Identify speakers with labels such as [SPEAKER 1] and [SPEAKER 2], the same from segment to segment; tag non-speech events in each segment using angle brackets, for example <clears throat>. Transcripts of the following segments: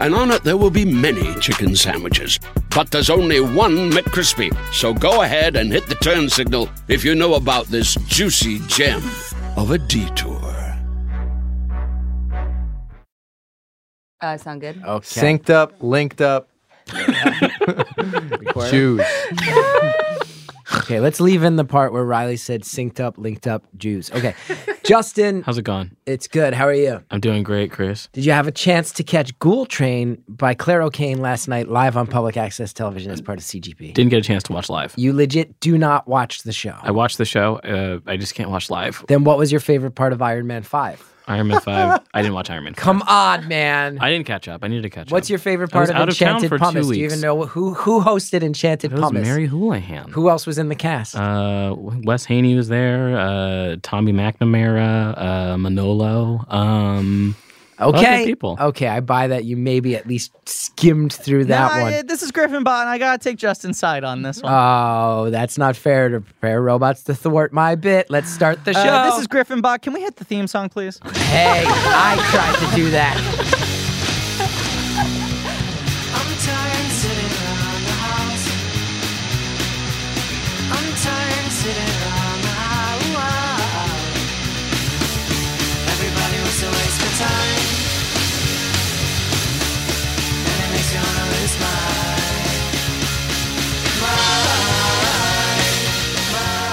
[SPEAKER 1] and on it there will be many chicken sandwiches. But there's only one McCrispy. So go ahead and hit the turn signal if you know about this juicy gem of a detour.
[SPEAKER 2] Uh, sound good?
[SPEAKER 3] Okay.
[SPEAKER 4] Synced up, linked
[SPEAKER 3] <laughs>
[SPEAKER 4] up, Jews.
[SPEAKER 3] Okay, let's leave in the part where Riley said synced up, linked up Jews. Okay. Justin,
[SPEAKER 5] How's it going?
[SPEAKER 3] it's good. How are you?
[SPEAKER 5] I'm doing great, Chris.
[SPEAKER 3] Did you have a chance to catch Ghoul Train by Claire O'Kane last night live on public access television as part of CGP?
[SPEAKER 5] Didn't get a chance to watch live.
[SPEAKER 3] you legit do not watch the show.
[SPEAKER 5] I watched the show. Uh, I just can't watch live.
[SPEAKER 3] then what was your favorite part of Iron Man 5?
[SPEAKER 5] Iron Man Five. I didn't watch Iron Man. 5.
[SPEAKER 3] Come on, man.
[SPEAKER 5] I didn't catch up. I needed to catch up.
[SPEAKER 3] What's your favorite
[SPEAKER 5] I
[SPEAKER 3] part
[SPEAKER 5] was
[SPEAKER 3] of
[SPEAKER 5] out of town
[SPEAKER 3] Enchanted
[SPEAKER 5] for two
[SPEAKER 3] Pumice? Do you
[SPEAKER 5] weeks.
[SPEAKER 3] even know who who hosted Enchanted
[SPEAKER 5] It was
[SPEAKER 3] Pumice?
[SPEAKER 5] Mary Houlihan.
[SPEAKER 3] Who else was in the cast?
[SPEAKER 5] Uh, Wes Haney was there. Uh, Tommy McNamara. Uh, Manolo. Um,
[SPEAKER 3] okay.
[SPEAKER 5] other people.
[SPEAKER 3] Okay, I buy that you maybe at least skimmed through that
[SPEAKER 6] Nah,
[SPEAKER 3] one.
[SPEAKER 6] I- uh, this is Griffin Bot, and I gotta take Justin's side on this one.
[SPEAKER 3] Oh, that's not fair to prepare robots to thwart my bit. Let's start the show.
[SPEAKER 6] Uh, this is Griffin Bot. Can we hit the theme song, please?
[SPEAKER 3] hey, I
[SPEAKER 7] <laughs>
[SPEAKER 3] <laughs> tried to do that.
[SPEAKER 8] I'm tired sitting around the house. I'm tired sitting around the house. Everybody wants to waste my time, and it makes me wanna lose my mind.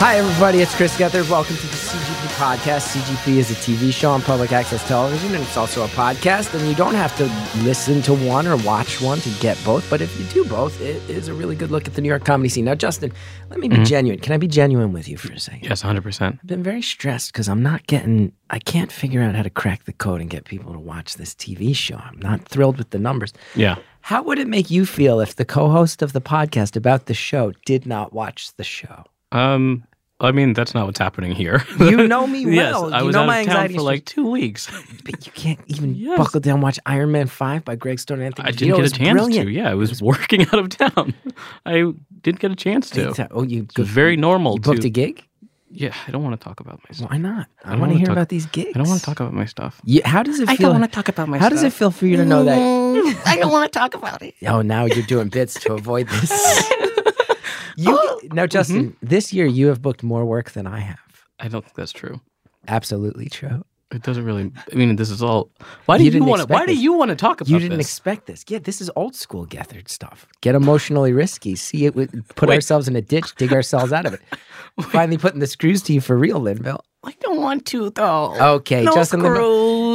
[SPEAKER 3] Hi, everybody. It's Chris Gethard. Welcome to the CGP podcast. CGP is a TV show on public access television, and it's also a podcast. And you don't have to listen to one or watch one to get both. But if you do both, it is a really good look at the New York comedy scene. Now, Justin, let me be genuine. Can I be genuine with you for a second?
[SPEAKER 5] yes, 100. percent
[SPEAKER 3] I've been very stressed because I'm not getting, I can't figure out how to crack the code and get people to watch this TV show. I'm not thrilled with the numbers.
[SPEAKER 5] Yeah.
[SPEAKER 3] How would it make you feel if the co host of the podcast about the show did not watch the show?
[SPEAKER 5] Um. I mean, that's not what's happening here. <laughs>
[SPEAKER 3] You know me well.
[SPEAKER 5] yes, I
[SPEAKER 3] you
[SPEAKER 5] was
[SPEAKER 3] know
[SPEAKER 5] out
[SPEAKER 3] my
[SPEAKER 5] of town
[SPEAKER 3] anxiety
[SPEAKER 5] for like two weeks.
[SPEAKER 3] But you can't even
[SPEAKER 5] Yes.
[SPEAKER 3] buckle down and watch Iron Man 5 by Greg Stone and Anthony
[SPEAKER 5] I didn't
[SPEAKER 3] Giroux.
[SPEAKER 5] get a
[SPEAKER 3] It's
[SPEAKER 5] chance
[SPEAKER 3] brilliant.
[SPEAKER 5] to. Yeah, I was working <laughs> out of town. I didn't get a chance to.
[SPEAKER 3] It's, uh,
[SPEAKER 5] It's
[SPEAKER 3] Oh, you, go-
[SPEAKER 5] very normal
[SPEAKER 3] you booked
[SPEAKER 5] to
[SPEAKER 3] a gig?
[SPEAKER 5] Yeah, I don't want to talk about myself.
[SPEAKER 3] Why not? I,
[SPEAKER 5] don't
[SPEAKER 3] want
[SPEAKER 5] wanna
[SPEAKER 3] to hear
[SPEAKER 5] talk-
[SPEAKER 3] about these gigs.
[SPEAKER 5] I don't want to talk about my stuff.
[SPEAKER 3] You, how does it feel?
[SPEAKER 5] wanna talk about my Mm.
[SPEAKER 3] How does it feel for you to know that?
[SPEAKER 8] I don't want to talk about it.
[SPEAKER 3] Oh, now you're doing bits to avoid
[SPEAKER 5] <laughs>
[SPEAKER 3] this. you
[SPEAKER 5] Oh.
[SPEAKER 3] now, Justin. This year, you have booked more work than I have.
[SPEAKER 5] Mm-hmm. I don't think that's true.
[SPEAKER 3] Absolutely true.
[SPEAKER 5] It doesn't really. I mean, this is all. Why do
[SPEAKER 3] You
[SPEAKER 5] you,
[SPEAKER 3] didn't
[SPEAKER 5] want to?
[SPEAKER 3] expect
[SPEAKER 5] Why do
[SPEAKER 3] this.
[SPEAKER 5] you want to talk about
[SPEAKER 3] you didn't
[SPEAKER 5] this?
[SPEAKER 3] expect this. Yeah, this is old school Gethard stuff. Get emotionally risky. See it. with- Put
[SPEAKER 5] Wait.
[SPEAKER 3] ourselves in a ditch. Dig ourselves
[SPEAKER 5] <laughs>
[SPEAKER 3] out of it. Finally, putting the screws to you for real, Linville.
[SPEAKER 5] I don't want to though.
[SPEAKER 3] Okay, Justin Linville,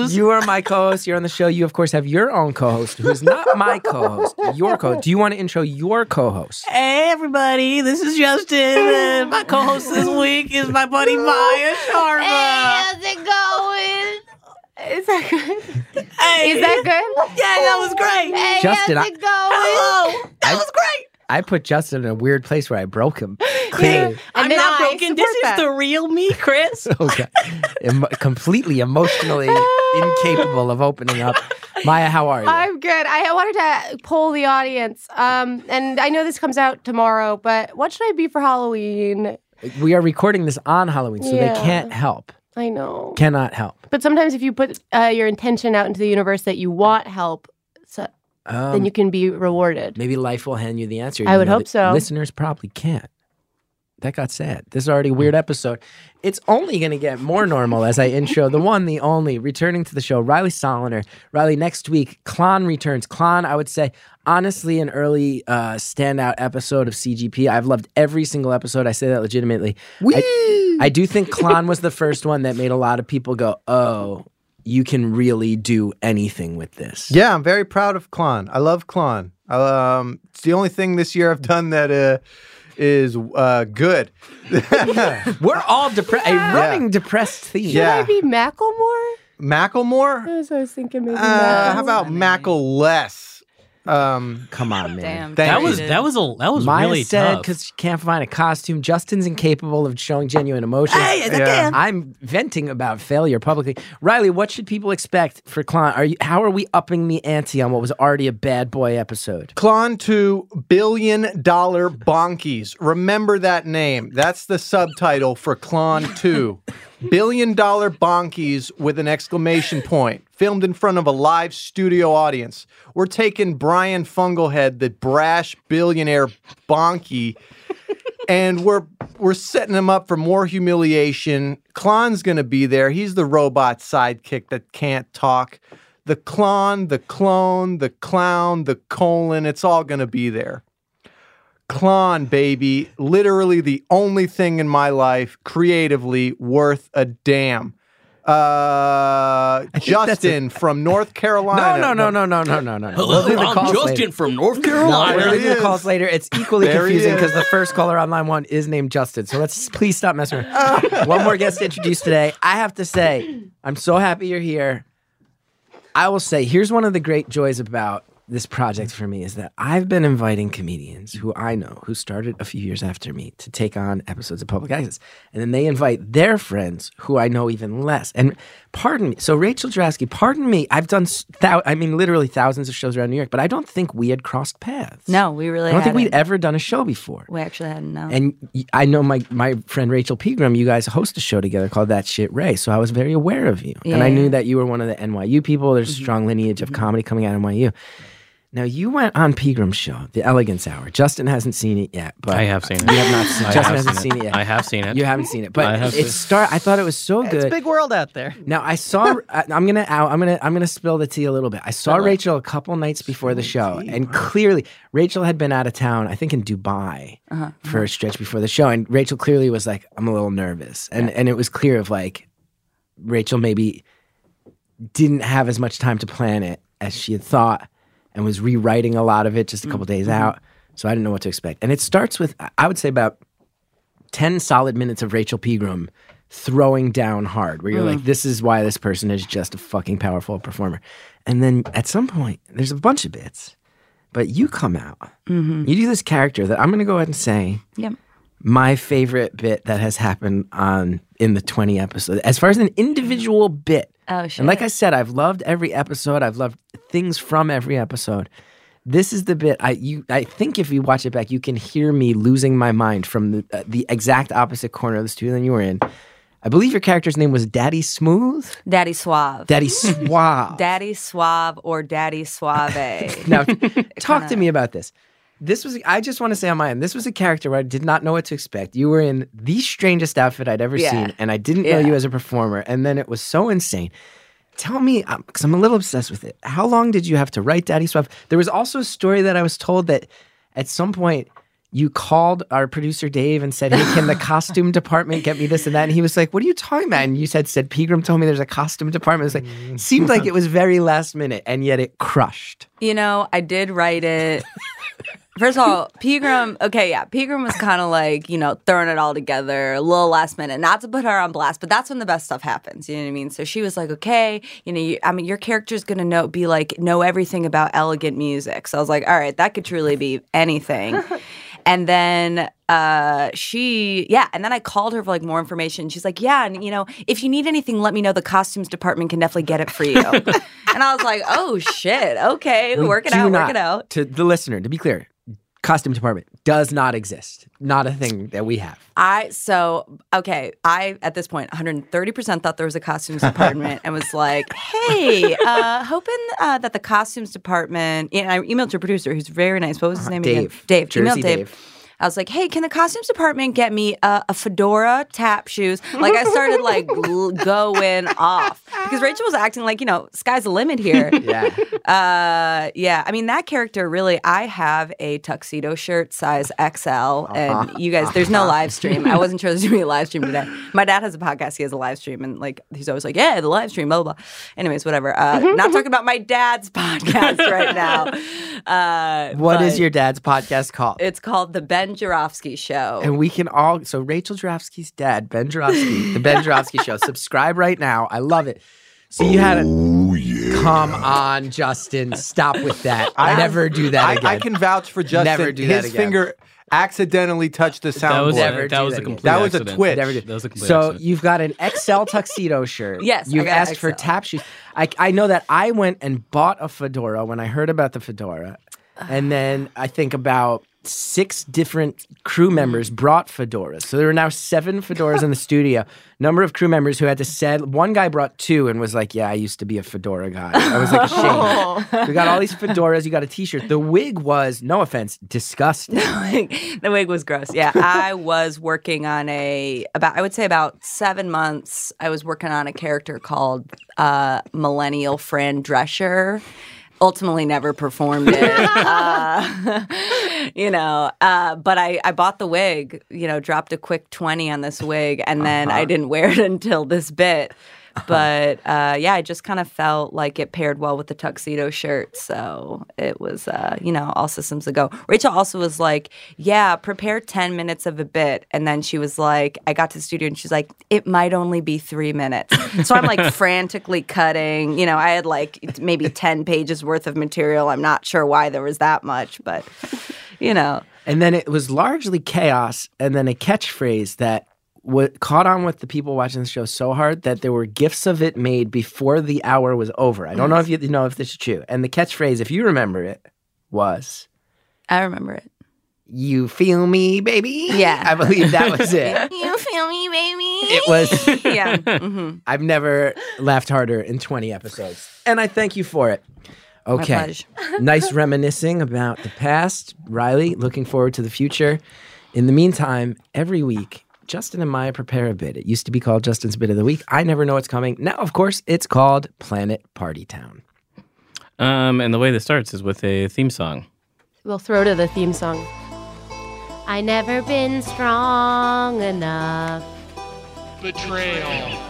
[SPEAKER 5] screws.
[SPEAKER 3] You are my co-host. You're on the show. You, of course, have your own co-host, who is not my co-host. Your co. Do you want to intro your co-host?
[SPEAKER 9] Hey everybody, this is Justin. Uh, my co-host
[SPEAKER 2] <laughs>
[SPEAKER 9] this week is my buddy Maya Sharma.
[SPEAKER 2] how's it going? Is that good?
[SPEAKER 9] Hey,
[SPEAKER 2] Is that good?
[SPEAKER 9] Yeah, that was great.
[SPEAKER 2] Hey,
[SPEAKER 3] Justin,
[SPEAKER 2] how's
[SPEAKER 3] I-
[SPEAKER 2] it going?
[SPEAKER 9] Hello, that
[SPEAKER 3] I-
[SPEAKER 9] was great.
[SPEAKER 3] I put Justin in a weird place where I broke
[SPEAKER 5] <laughs>
[SPEAKER 3] him. <laughs> Clearly.
[SPEAKER 9] I'm
[SPEAKER 2] then
[SPEAKER 9] not
[SPEAKER 2] I
[SPEAKER 9] broken.
[SPEAKER 2] support
[SPEAKER 9] This is
[SPEAKER 2] that.
[SPEAKER 9] the real me, Chris.
[SPEAKER 3] Okay. Em- completely emotionally incapable of opening up. Maya, how are you?
[SPEAKER 2] I'm good. I wanted to poll the audience. Um, and I know this comes out tomorrow, but what should I be for Halloween?
[SPEAKER 3] we are recording this on Halloween, so
[SPEAKER 2] Yeah.
[SPEAKER 3] they can't help.
[SPEAKER 2] I know.
[SPEAKER 3] Cannot help.
[SPEAKER 2] But sometimes if you put uh, your intention out into the universe that you want help, so,
[SPEAKER 3] Um,
[SPEAKER 2] then you can be rewarded.
[SPEAKER 3] maybe life will hand you the answer.
[SPEAKER 2] I
[SPEAKER 3] even
[SPEAKER 2] would
[SPEAKER 3] though
[SPEAKER 2] hope
[SPEAKER 3] the
[SPEAKER 2] so.
[SPEAKER 3] Listeners probably can't. That got sad. This is already a weird episode. It's only going to get more normal as I intro the one, the only, returning to the show, Riley Soliner. Riley, next week, Klon returns. Klon, I would say, honestly, an early uh, standout episode of CGP. I've loved every single episode. I say that legitimately. I, I do think Klon was the first one that made a lot of people go, oh, you can really do anything with this.
[SPEAKER 4] Yeah, I'm very proud of Klon. I love Klon. Um, it's the only thing this year I've done that uh, is uh, good.
[SPEAKER 3] <laughs> We're all depressed. A running depressed theme.
[SPEAKER 2] Should I
[SPEAKER 4] yeah.
[SPEAKER 2] be Macklemore?
[SPEAKER 4] Macklemore?
[SPEAKER 2] That's what I was thinking. Maybe
[SPEAKER 4] Uh,
[SPEAKER 2] Macklemore.
[SPEAKER 4] how about Mackle less? Um,
[SPEAKER 3] Come on, man.
[SPEAKER 7] Damn.
[SPEAKER 4] Thank
[SPEAKER 5] That
[SPEAKER 4] you.
[SPEAKER 5] was that was a that was
[SPEAKER 3] Maya
[SPEAKER 5] really
[SPEAKER 3] said
[SPEAKER 5] tough.
[SPEAKER 3] because she can't find a costume. Justin's incapable of showing genuine emotions.
[SPEAKER 4] yeah.
[SPEAKER 3] I'm venting about failure publicly. Riley, what should people expect for Klon? Are you? How are we upping the ante on what was already a bad boy episode?
[SPEAKER 4] Klon to Billion Dollar Bonkies. Remember that name. That's the subtitle for Klon 2. Billion Dollar Bonkies with an exclamation point. Filmed in front of a live studio audience. We're taking Brian Funglehead, the brash billionaire bonky, and we're we're setting him up for more humiliation. Klon's gonna be there. He's the robot sidekick that can't talk. The clon, the clone, the clown, the colon, it's all gonna be there. Klon, baby, literally the only thing in my life creatively worth a damn. Uh, Justin from North
[SPEAKER 3] <laughs> No,
[SPEAKER 4] Carolina.
[SPEAKER 3] no, no, no, no, no, no, no.
[SPEAKER 7] Hello,
[SPEAKER 3] We'll do the
[SPEAKER 7] I'm
[SPEAKER 3] calls
[SPEAKER 7] Justin
[SPEAKER 3] later.
[SPEAKER 7] from North
[SPEAKER 3] No,
[SPEAKER 7] Carolina.
[SPEAKER 3] we're
[SPEAKER 4] There
[SPEAKER 3] gonna
[SPEAKER 4] he
[SPEAKER 3] do the calls
[SPEAKER 4] is.
[SPEAKER 3] later. It's equally
[SPEAKER 4] There he
[SPEAKER 3] confusing
[SPEAKER 4] is.
[SPEAKER 3] because the first caller on line one is named Justin. So let's please stop messing around. one more guest to introduce today. I have to say, I'm so happy you're here. I will say, here's one of the great joys about this project for me is that I've been inviting comedians who I know who started a few years after me to take on episodes of Public Access. And then they invite their friends who I know even less. And pardon me. So, Rachel Drasky, pardon me. I've done, s- thou- I mean, literally thousands of shows around New York, but I don't think we had crossed paths.
[SPEAKER 7] No, we really.
[SPEAKER 3] I don't think
[SPEAKER 7] hadn't.
[SPEAKER 3] we'd ever done a show before.
[SPEAKER 7] We actually hadn't. No.
[SPEAKER 3] And y- I know my, my friend Rachel Pegram, you guys host a show together called That Shit Ray. So I was very aware of you. and I
[SPEAKER 7] Yeah. Mm-hmm.
[SPEAKER 3] knew that you were one of the NYU people. There's a strong lineage of comedy coming out of NYU. Now, you went on Pegram's show, The Elegance Hour. Justin hasn't seen it yet, but
[SPEAKER 5] I have seen it.
[SPEAKER 3] You have not seen
[SPEAKER 5] I
[SPEAKER 3] Justin
[SPEAKER 5] have
[SPEAKER 3] hasn't
[SPEAKER 5] seen
[SPEAKER 3] seen
[SPEAKER 5] it.
[SPEAKER 3] it yet.
[SPEAKER 5] I have seen it.
[SPEAKER 3] You haven't seen it,
[SPEAKER 5] I
[SPEAKER 3] but
[SPEAKER 5] have
[SPEAKER 3] it
[SPEAKER 5] seen-
[SPEAKER 3] start. I thought it was so
[SPEAKER 6] It's a
[SPEAKER 3] good.
[SPEAKER 6] big world out there.
[SPEAKER 3] Now
[SPEAKER 6] <laughs>
[SPEAKER 3] I saw. I, I'm gonna. out. I'm gonna. I'm gonna spill the tea a little bit. I saw Rachel a couple nights before the show, and clearly Rachel had been out of town. I think in Dubai for a stretch before the show, and Rachel clearly was like, "I'm a little nervous," and and it was clear of like, Rachel maybe didn't have as much time to plan it as she had thought, and was rewriting a lot of it just a couple days out. So I didn't know what to expect, and it starts with I- I would say about 10 solid minutes of Rachel Pegram throwing down hard, where you're like, this is why this person is just a fucking powerful performer. And then at some point, there's a bunch of bits, but you come out.
[SPEAKER 9] Mm.
[SPEAKER 2] Mm-hmm.
[SPEAKER 3] You do this character that I'm going to go ahead and say
[SPEAKER 7] Yep.
[SPEAKER 3] my favorite bit that has happened on in the 20 episodes as far as an individual bit
[SPEAKER 7] Oh, shit.
[SPEAKER 3] and like i said i've loved every episode i've loved things from every episode this is the bit i you i think if you watch it back you can hear me losing my mind from the, uh, the exact opposite corner of the studio than you were in i believe your character's name was daddy smooth
[SPEAKER 7] Daddy Suave.
[SPEAKER 3] daddy
[SPEAKER 7] <laughs>
[SPEAKER 3] suave
[SPEAKER 7] Daddy Suave or Daddy
[SPEAKER 3] <laughs>
[SPEAKER 7] Suave.
[SPEAKER 3] now talk to me about this this was i just want to say on my end this was a character where i did not know what to expect you were in the strangest outfit i'd ever
[SPEAKER 7] Yeah.
[SPEAKER 3] seen and i didn't know
[SPEAKER 7] Yeah.
[SPEAKER 3] you as a performer and then it was so insane tell me because i'm a little obsessed with it how long did you have to write daddy swap there was also a story that i was told that at some point you called our producer Dave and said, "Hey,
[SPEAKER 7] <laughs>
[SPEAKER 3] can the costume department get me this and that?" And he was like, "What are you talking about?" And you said, "said Pegram told me there's a costume department." It's like seemed like it was very last minute, and yet it crushed.
[SPEAKER 7] You know, I did write it. First of all, Pegram, okay, yeah, Pegram was kind of like, you know, throwing it all together a little last minute, not to put her on blast, but that's when the best stuff happens. You know what I mean? So she was like, okay, you know, you, I mean, your character's going to know, be like, know everything about elegant music. So I was like, all right, that could truly be anything. And then uh, she, yeah, and then I called her for like more information. She's like, yeah, and you know, if you need anything, let me know. The costumes department can definitely get it for you. and I was like, oh shit, okay,
[SPEAKER 3] We
[SPEAKER 7] work it
[SPEAKER 3] do
[SPEAKER 7] out,
[SPEAKER 3] not-
[SPEAKER 7] work it out.
[SPEAKER 3] To the listener, to be clear, costume department does not exist. Not a thing that we have.
[SPEAKER 7] I so okay. I at this point 130% thought there was a costumes department and was like, "Hey, uh, hoping uh, that the costumes department." And I emailed your producer, who's very nice. What was his name again?
[SPEAKER 3] Uh-huh. Dave.
[SPEAKER 7] Dave.
[SPEAKER 3] Jersey
[SPEAKER 7] emailed Dave.
[SPEAKER 3] Dave.
[SPEAKER 7] I was like, "Hey, can the costumes department get me uh, a fedora, tap shoes?" Like I started like gl- going off because Rachel was acting like you know, sky's the limit here.
[SPEAKER 3] <laughs> Yeah.
[SPEAKER 7] Uh, yeah. I mean, that character really, I have a tuxedo shirt size XL.
[SPEAKER 3] Uh-huh.
[SPEAKER 7] And you guys, there's no live stream. I wasn't sure <laughs> there's going to be a live stream today. My dad has a podcast. He has a live stream. And like, he's always like, yeah, the live stream, blah, blah, blah. Anyways, whatever.
[SPEAKER 3] <laughs>
[SPEAKER 7] Uh, not talking about my dad's <laughs> podcast right now. Uh,
[SPEAKER 3] What is
[SPEAKER 7] but
[SPEAKER 3] your dad's podcast called?
[SPEAKER 7] It's called The Ben Jarofsky Show.
[SPEAKER 3] and we can
[SPEAKER 7] <laughs>
[SPEAKER 3] all so Rachel Jarofsky's dad, Ben Jarofsky, the Ben Jarofsky show. Subscribe right now. I love it. See, you had it.
[SPEAKER 4] Oh,
[SPEAKER 3] Come on, Justin. Stop with that. I never do that
[SPEAKER 4] I,
[SPEAKER 3] again.
[SPEAKER 4] I can vouch for Justin.
[SPEAKER 3] Never do that
[SPEAKER 4] His
[SPEAKER 3] again.
[SPEAKER 4] finger accidentally touched the soundboard.
[SPEAKER 3] That was- Never that do was that a again. complete
[SPEAKER 4] That was a
[SPEAKER 3] accident.
[SPEAKER 4] twitch.
[SPEAKER 3] Never do-
[SPEAKER 5] That was a complete
[SPEAKER 3] so
[SPEAKER 5] accident.
[SPEAKER 3] you've got an XL tuxedo <laughs> shirt.
[SPEAKER 7] Yes, I
[SPEAKER 3] You've
[SPEAKER 7] got
[SPEAKER 3] asked for
[SPEAKER 7] XL.
[SPEAKER 3] tap shoes. I, I know that I went and bought a fedora when I heard about the fedora. <sighs> And then I think about six different crew members brought fedoras. So there were now seven fedoras <laughs> in the studio. Number of crew members who had to said one guy brought two and was like, Yeah, I used to be a fedora guy. I was like <laughs> ashamed. we got all these fedoras, you got a t shirt. The wig was, no offense,
[SPEAKER 7] <laughs>
[SPEAKER 3] disgusting.
[SPEAKER 7] the wig was gross. Yeah, I was working on a about I would say about seven months. I was working on a character called uh, Millennial Fran Drescher. Ultimately, never performed it. Uh, <laughs> you know, uh, but I I bought the wig. You know, dropped a quick twenty on this wig, and then I didn't wear it <laughs> until this bit. <laughs> But uh, yeah, I just kind of felt like it paired well with the tuxedo shirt. So it was, uh, you know, all systems a go. Rachel also was like, yeah, prepare 10 minutes of a bit. And then she was like, I got to the studio and she's like, it might only be three minutes. So I'm <laughs> like frantically cutting. You know, I had like maybe 10 pages worth of material. I'm not sure why there was that much, but, you know.
[SPEAKER 3] And then it was largely chaos, and then a catchphrase that what caught on with the people watching the show so hard that there were gifs of it made before the hour was over. I don't know if you know if this is true. And the catchphrase, if you remember it, was
[SPEAKER 7] I remember it.
[SPEAKER 3] "You feel me, baby."
[SPEAKER 7] Yeah.
[SPEAKER 3] I believe
[SPEAKER 7] <laughs>
[SPEAKER 3] that was it.
[SPEAKER 7] You feel me, baby?
[SPEAKER 3] It
[SPEAKER 7] <laughs>
[SPEAKER 3] was.
[SPEAKER 7] yeah. hmm
[SPEAKER 3] I've never laughed harder in twenty episodes, and I thank you for it. Okay,
[SPEAKER 7] pleasure. <laughs>
[SPEAKER 3] nice reminiscing about the past, Riley. Looking forward to the future. In the meantime, every week, Justin and Maya prepare a bit. It used to be called Justin's Bit of the Week. I never know what's coming. Now, of course, it's called Planet Party Town.
[SPEAKER 5] Um, and the way this starts is with a theme song.
[SPEAKER 2] We'll throw to the theme song. I never been strong enough.
[SPEAKER 8] Betrayal.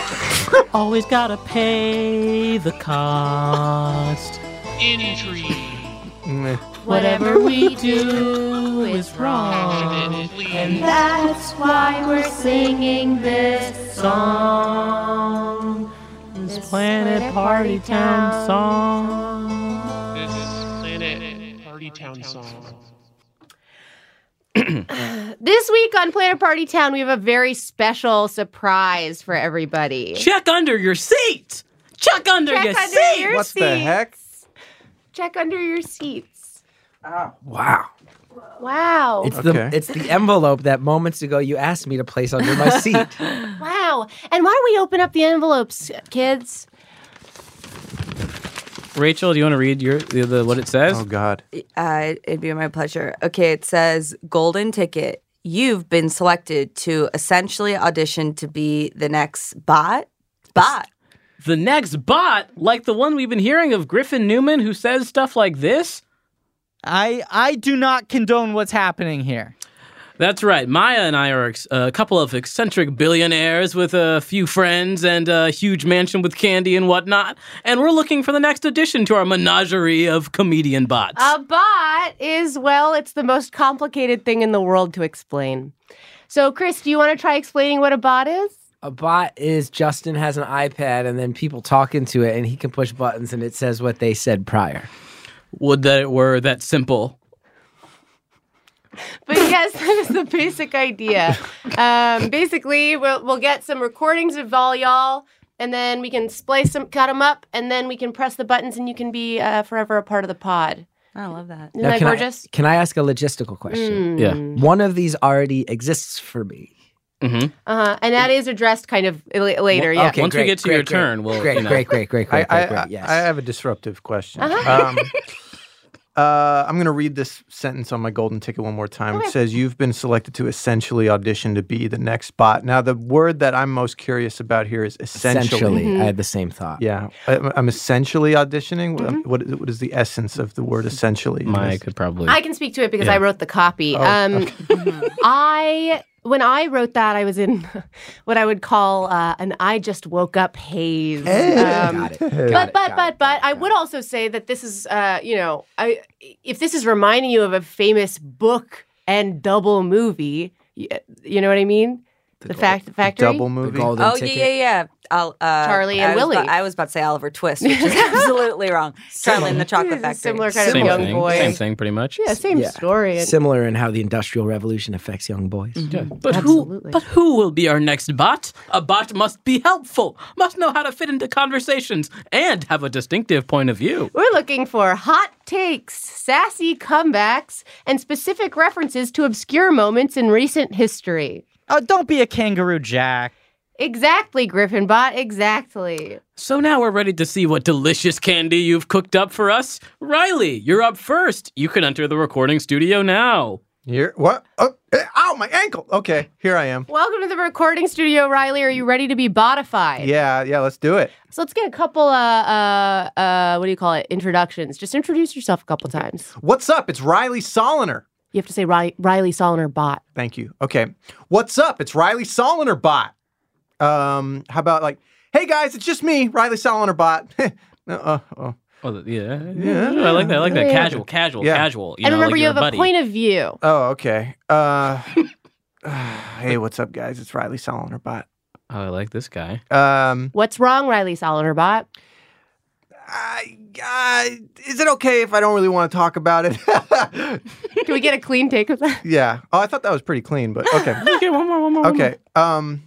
[SPEAKER 9] <laughs> Always gotta pay the cost.
[SPEAKER 8] Intrigue.
[SPEAKER 9] Whatever we do is wrong.
[SPEAKER 8] And
[SPEAKER 10] That's why we're singing this song.
[SPEAKER 9] This planet party town song.
[SPEAKER 8] This is Planet Party Town song.
[SPEAKER 2] This week on Planet Party Town, we have a very special surprise for everybody.
[SPEAKER 9] Check under your seat. Check under
[SPEAKER 2] Check
[SPEAKER 9] your
[SPEAKER 2] under
[SPEAKER 9] seat.
[SPEAKER 2] your
[SPEAKER 4] What the
[SPEAKER 2] seat.
[SPEAKER 4] heck?
[SPEAKER 2] Check under your seats.
[SPEAKER 9] <laughs>
[SPEAKER 3] Wow.
[SPEAKER 7] Oh.
[SPEAKER 2] Wow.
[SPEAKER 3] It's
[SPEAKER 4] Okay.
[SPEAKER 3] the it's the envelope that moments ago you asked me to place under
[SPEAKER 7] <laughs>
[SPEAKER 3] my seat.
[SPEAKER 2] <laughs> wow. And why don't we open up the envelopes, kids?
[SPEAKER 5] Rachel, do you want to read your the, the what it says?
[SPEAKER 4] Oh God.
[SPEAKER 7] Uh, it'd be my pleasure. Okay, it says golden ticket. You've been selected to essentially audition to be the next bot. Bot.
[SPEAKER 5] The next bot, like the one we've been hearing of Griffin Newman, who says stuff like this.
[SPEAKER 6] I I do not condone what's happening here.
[SPEAKER 5] That's right. Maya and I are ex- uh, a couple of eccentric billionaires with a few friends and a huge mansion with candy and whatnot. And we're looking for the next addition to our menagerie of comedian bots.
[SPEAKER 2] A bot is, well, it's the most complicated thing in the world to explain. So, Chris, do you want to try explaining what a bot is?
[SPEAKER 3] A bot is Justin has an iPad and then people talk into it and he can push buttons and it says what they said prior.
[SPEAKER 5] Would that it were that simple.
[SPEAKER 2] But yes, <laughs> that is the basic idea. Um, basically, we'll, we'll get some recordings of all y'all, and then we can splice them, cut them up, and then we can press the buttons, and you can be uh, forever a part of the pod.
[SPEAKER 7] I love that.
[SPEAKER 2] Isn't
[SPEAKER 3] Now,
[SPEAKER 2] that
[SPEAKER 3] can I-
[SPEAKER 2] gorgeous?
[SPEAKER 3] can I ask a logistical
[SPEAKER 2] Mm.
[SPEAKER 3] question?
[SPEAKER 5] Yeah.
[SPEAKER 3] One of these already exists for me.
[SPEAKER 5] Mm-hmm.
[SPEAKER 2] Uh-huh. And that is addressed kind of la- later, yeah.
[SPEAKER 3] Okay,
[SPEAKER 5] Once we
[SPEAKER 3] great,
[SPEAKER 5] get to
[SPEAKER 3] great,
[SPEAKER 5] your
[SPEAKER 3] great,
[SPEAKER 5] turn, we'll,
[SPEAKER 3] great,
[SPEAKER 5] you know.
[SPEAKER 3] great, great, great,
[SPEAKER 4] I,
[SPEAKER 3] great,
[SPEAKER 4] I,
[SPEAKER 3] great, great.
[SPEAKER 4] I-
[SPEAKER 3] Yes.
[SPEAKER 4] I have a disruptive question.
[SPEAKER 2] Uh-huh.
[SPEAKER 4] Um, uh, I'm going to read this sentence on my golden ticket one more time. It says, You've been selected to essentially audition to be the next bot. Now, the word that I'm most curious about here is essentially. Mm-hmm.
[SPEAKER 3] Essentially, I
[SPEAKER 2] Mm-hmm.
[SPEAKER 3] had the Mm-hmm. same thought.
[SPEAKER 4] Yeah. I, I'm essentially auditioning. What, what, what is the essence of the word essentially? in
[SPEAKER 5] Maya
[SPEAKER 4] this?
[SPEAKER 5] could probably.
[SPEAKER 2] I can speak to it because I wrote the copy.
[SPEAKER 3] Oh,
[SPEAKER 2] um, I when I wrote that, I was in <laughs> what I would call uh, an "I just woke up" haze. Um,
[SPEAKER 3] Got
[SPEAKER 2] but
[SPEAKER 3] it. Got it,
[SPEAKER 2] but
[SPEAKER 3] got
[SPEAKER 2] but
[SPEAKER 3] it,
[SPEAKER 2] but
[SPEAKER 3] got
[SPEAKER 2] I
[SPEAKER 3] it,
[SPEAKER 2] would also say that this is uh, you know I if this is reminding you of a famous book and double movie, y- you know what I mean? The, fact factory.
[SPEAKER 4] double movie? The golden
[SPEAKER 7] oh
[SPEAKER 4] ticket.
[SPEAKER 7] yeah, yeah, yeah. I'll, uh,
[SPEAKER 2] Charlie
[SPEAKER 7] I
[SPEAKER 2] and
[SPEAKER 7] was
[SPEAKER 2] Willy.
[SPEAKER 7] about- I was about to say
[SPEAKER 2] <laughs>
[SPEAKER 7] Oliver Twist, which is absolutely wrong. Charlie and the Chocolate Factory.
[SPEAKER 2] Similar kind
[SPEAKER 5] Same
[SPEAKER 2] of young
[SPEAKER 5] thing.
[SPEAKER 2] boy.
[SPEAKER 5] Same thing, pretty much.
[SPEAKER 2] Yeah, same story.
[SPEAKER 3] Similar in how the Industrial Revolution affects young boys.
[SPEAKER 5] Mm-hmm. But who? But who will be our next bot? A bot must be helpful, must know how to fit into conversations, and have a distinctive point of view.
[SPEAKER 2] We're looking for hot takes, sassy comebacks, and specific references to obscure moments in recent history.
[SPEAKER 6] Oh, don't be a kangaroo, Jack.
[SPEAKER 2] Exactly, Griffinbot. Exactly.
[SPEAKER 5] So now we're ready to see what delicious candy you've cooked up for us. Riley, you're up first. You can enter the recording studio now.
[SPEAKER 4] Here, what? Oh, eh, ow, my ankle. Okay, here I am.
[SPEAKER 2] Welcome to the recording studio, Riley. Are you ready to be botified?
[SPEAKER 4] Yeah, yeah, let's do it.
[SPEAKER 2] So let's get a couple. Uh, uh, uh, what do you call it? Introductions. Just introduce yourself a couple times.
[SPEAKER 4] What's up? It's Riley Soliner.
[SPEAKER 2] You have to say Ri- Riley Soliner
[SPEAKER 4] <laughs>
[SPEAKER 2] bot.
[SPEAKER 4] Thank you. Okay. What's up? It's Riley Soliner bot. Um, how about like, hey guys, it's just me, Riley Soliner bot. <laughs> uh, uh, uh.
[SPEAKER 5] Oh, yeah.
[SPEAKER 4] Yeah.
[SPEAKER 5] I like that. I like that.
[SPEAKER 4] Yeah.
[SPEAKER 5] Casual, casual,
[SPEAKER 4] Yeah.
[SPEAKER 5] casual. You
[SPEAKER 2] and
[SPEAKER 5] know,
[SPEAKER 2] remember,
[SPEAKER 5] like
[SPEAKER 2] you
[SPEAKER 5] you're
[SPEAKER 2] have
[SPEAKER 5] a
[SPEAKER 2] a
[SPEAKER 5] buddy.
[SPEAKER 2] point of view.
[SPEAKER 4] Oh, okay.
[SPEAKER 2] <laughs>
[SPEAKER 4] Uh, hey, what's up, guys? It's Riley Soliner bot.
[SPEAKER 5] Oh, I like this guy.
[SPEAKER 4] Um,
[SPEAKER 2] What's wrong, Riley Soliner bot?
[SPEAKER 4] I, I, is it okay if I don't really want to talk about it? <laughs>
[SPEAKER 2] Can we get a clean take of that?
[SPEAKER 4] yeah. Oh, I thought that was pretty clean, but
[SPEAKER 2] <laughs>
[SPEAKER 4] okay.
[SPEAKER 5] Okay, one more, one more. one more.
[SPEAKER 4] Okay. Um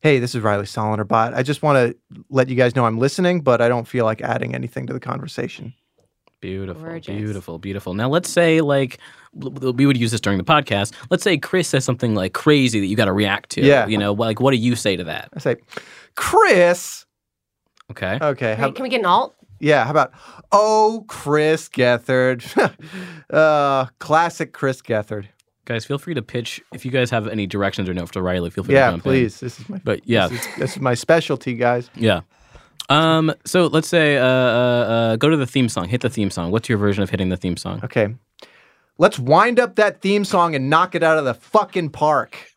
[SPEAKER 4] Hey, this is Riley Soliner bot. I just want to let you guys know I'm listening, but I don't feel like adding anything to the conversation.
[SPEAKER 5] Beautiful,
[SPEAKER 2] Gorgeous.
[SPEAKER 5] beautiful, beautiful. Now let's say like l- we would use this during the podcast. Let's say Chris says something like crazy that you got to react to.
[SPEAKER 4] Yeah.
[SPEAKER 5] You know, like what do you say to that?
[SPEAKER 4] I say, "Chris."
[SPEAKER 5] Okay.
[SPEAKER 4] Okay. how-
[SPEAKER 2] Wait, can we get an alt?
[SPEAKER 4] yeah, how about Oh, Chris Gethard. <laughs> uh, classic Chris Gethard.
[SPEAKER 5] Guys, feel free to pitch if you guys have any directions or notes to Riley. Feel free to
[SPEAKER 4] Yeah,
[SPEAKER 5] jump in.
[SPEAKER 4] please. This is my
[SPEAKER 5] But yeah,
[SPEAKER 4] this, is, this is my specialty, guys.
[SPEAKER 5] yeah. Um. So let's say uh, uh, uh go to the theme song. Hit the theme song. What's your version of hitting the theme song?
[SPEAKER 4] Okay. Let's wind up that theme song and knock it out of the fucking park. <laughs>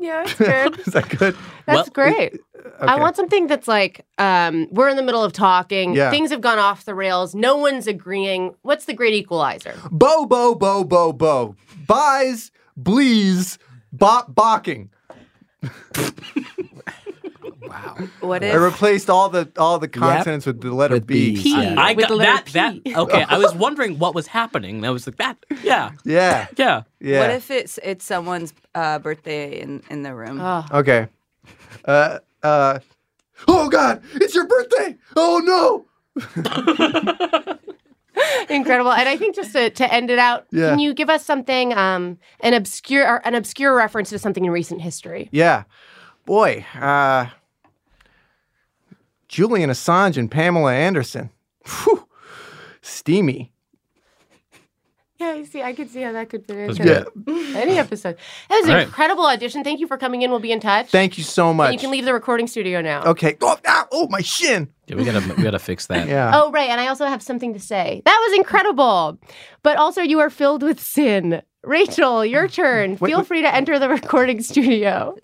[SPEAKER 2] Yeah, that's good.
[SPEAKER 4] is that good?
[SPEAKER 2] That's great. I
[SPEAKER 4] okay.
[SPEAKER 2] want something that's like um, we're in the middle of talking.
[SPEAKER 4] Yeah.
[SPEAKER 2] Things have gone off the rails. No one's agreeing. What's the great equalizer?
[SPEAKER 4] Bo bo bo bo bo. Buys, blees, bop bocking.
[SPEAKER 7] What
[SPEAKER 4] I
[SPEAKER 7] is?
[SPEAKER 4] replaced all the all the consonants with the letter
[SPEAKER 3] With
[SPEAKER 4] B.
[SPEAKER 3] Bs, yeah.
[SPEAKER 5] I
[SPEAKER 2] With
[SPEAKER 5] got
[SPEAKER 2] the
[SPEAKER 5] that.
[SPEAKER 2] letter
[SPEAKER 5] That
[SPEAKER 2] P.
[SPEAKER 5] okay. I was
[SPEAKER 2] <laughs>
[SPEAKER 5] wondering what was happening. and I was like that. Yeah.
[SPEAKER 4] Yeah.
[SPEAKER 5] <laughs> Yeah.
[SPEAKER 4] Yeah.
[SPEAKER 7] What if it's it's someone's uh, birthday in in the room?
[SPEAKER 2] Oh,
[SPEAKER 4] okay. Uh uh Oh god, it's your birthday. Oh no.
[SPEAKER 2] <laughs> incredible. And I think just to, to end it out,
[SPEAKER 4] Yeah.
[SPEAKER 2] can you give us something um, an obscure or an obscure reference to something in recent history?
[SPEAKER 4] Yeah. Boy, uh Julian Assange and Pamela Anderson. Phew. Steamy.
[SPEAKER 2] Yeah, I see. I could see how that could fit
[SPEAKER 5] That's
[SPEAKER 2] into
[SPEAKER 5] great.
[SPEAKER 2] <laughs> any episode. That was an
[SPEAKER 5] All right.
[SPEAKER 2] incredible audition. Thank you for coming in. We'll be in touch.
[SPEAKER 4] Thank you so much.
[SPEAKER 2] and you can leave the recording studio now.
[SPEAKER 4] Okay. Oh, ow, oh my shin.
[SPEAKER 5] Yeah. We gotta we gotta fix that.
[SPEAKER 4] Yeah.
[SPEAKER 2] Oh, right. And I also have something to say. That was incredible. But also, you are filled with sin. Rachel,
[SPEAKER 4] <laughs>
[SPEAKER 2] your turn.
[SPEAKER 4] Wait, Uh,
[SPEAKER 2] Feel
[SPEAKER 4] wait.
[SPEAKER 2] free to enter the recording studio.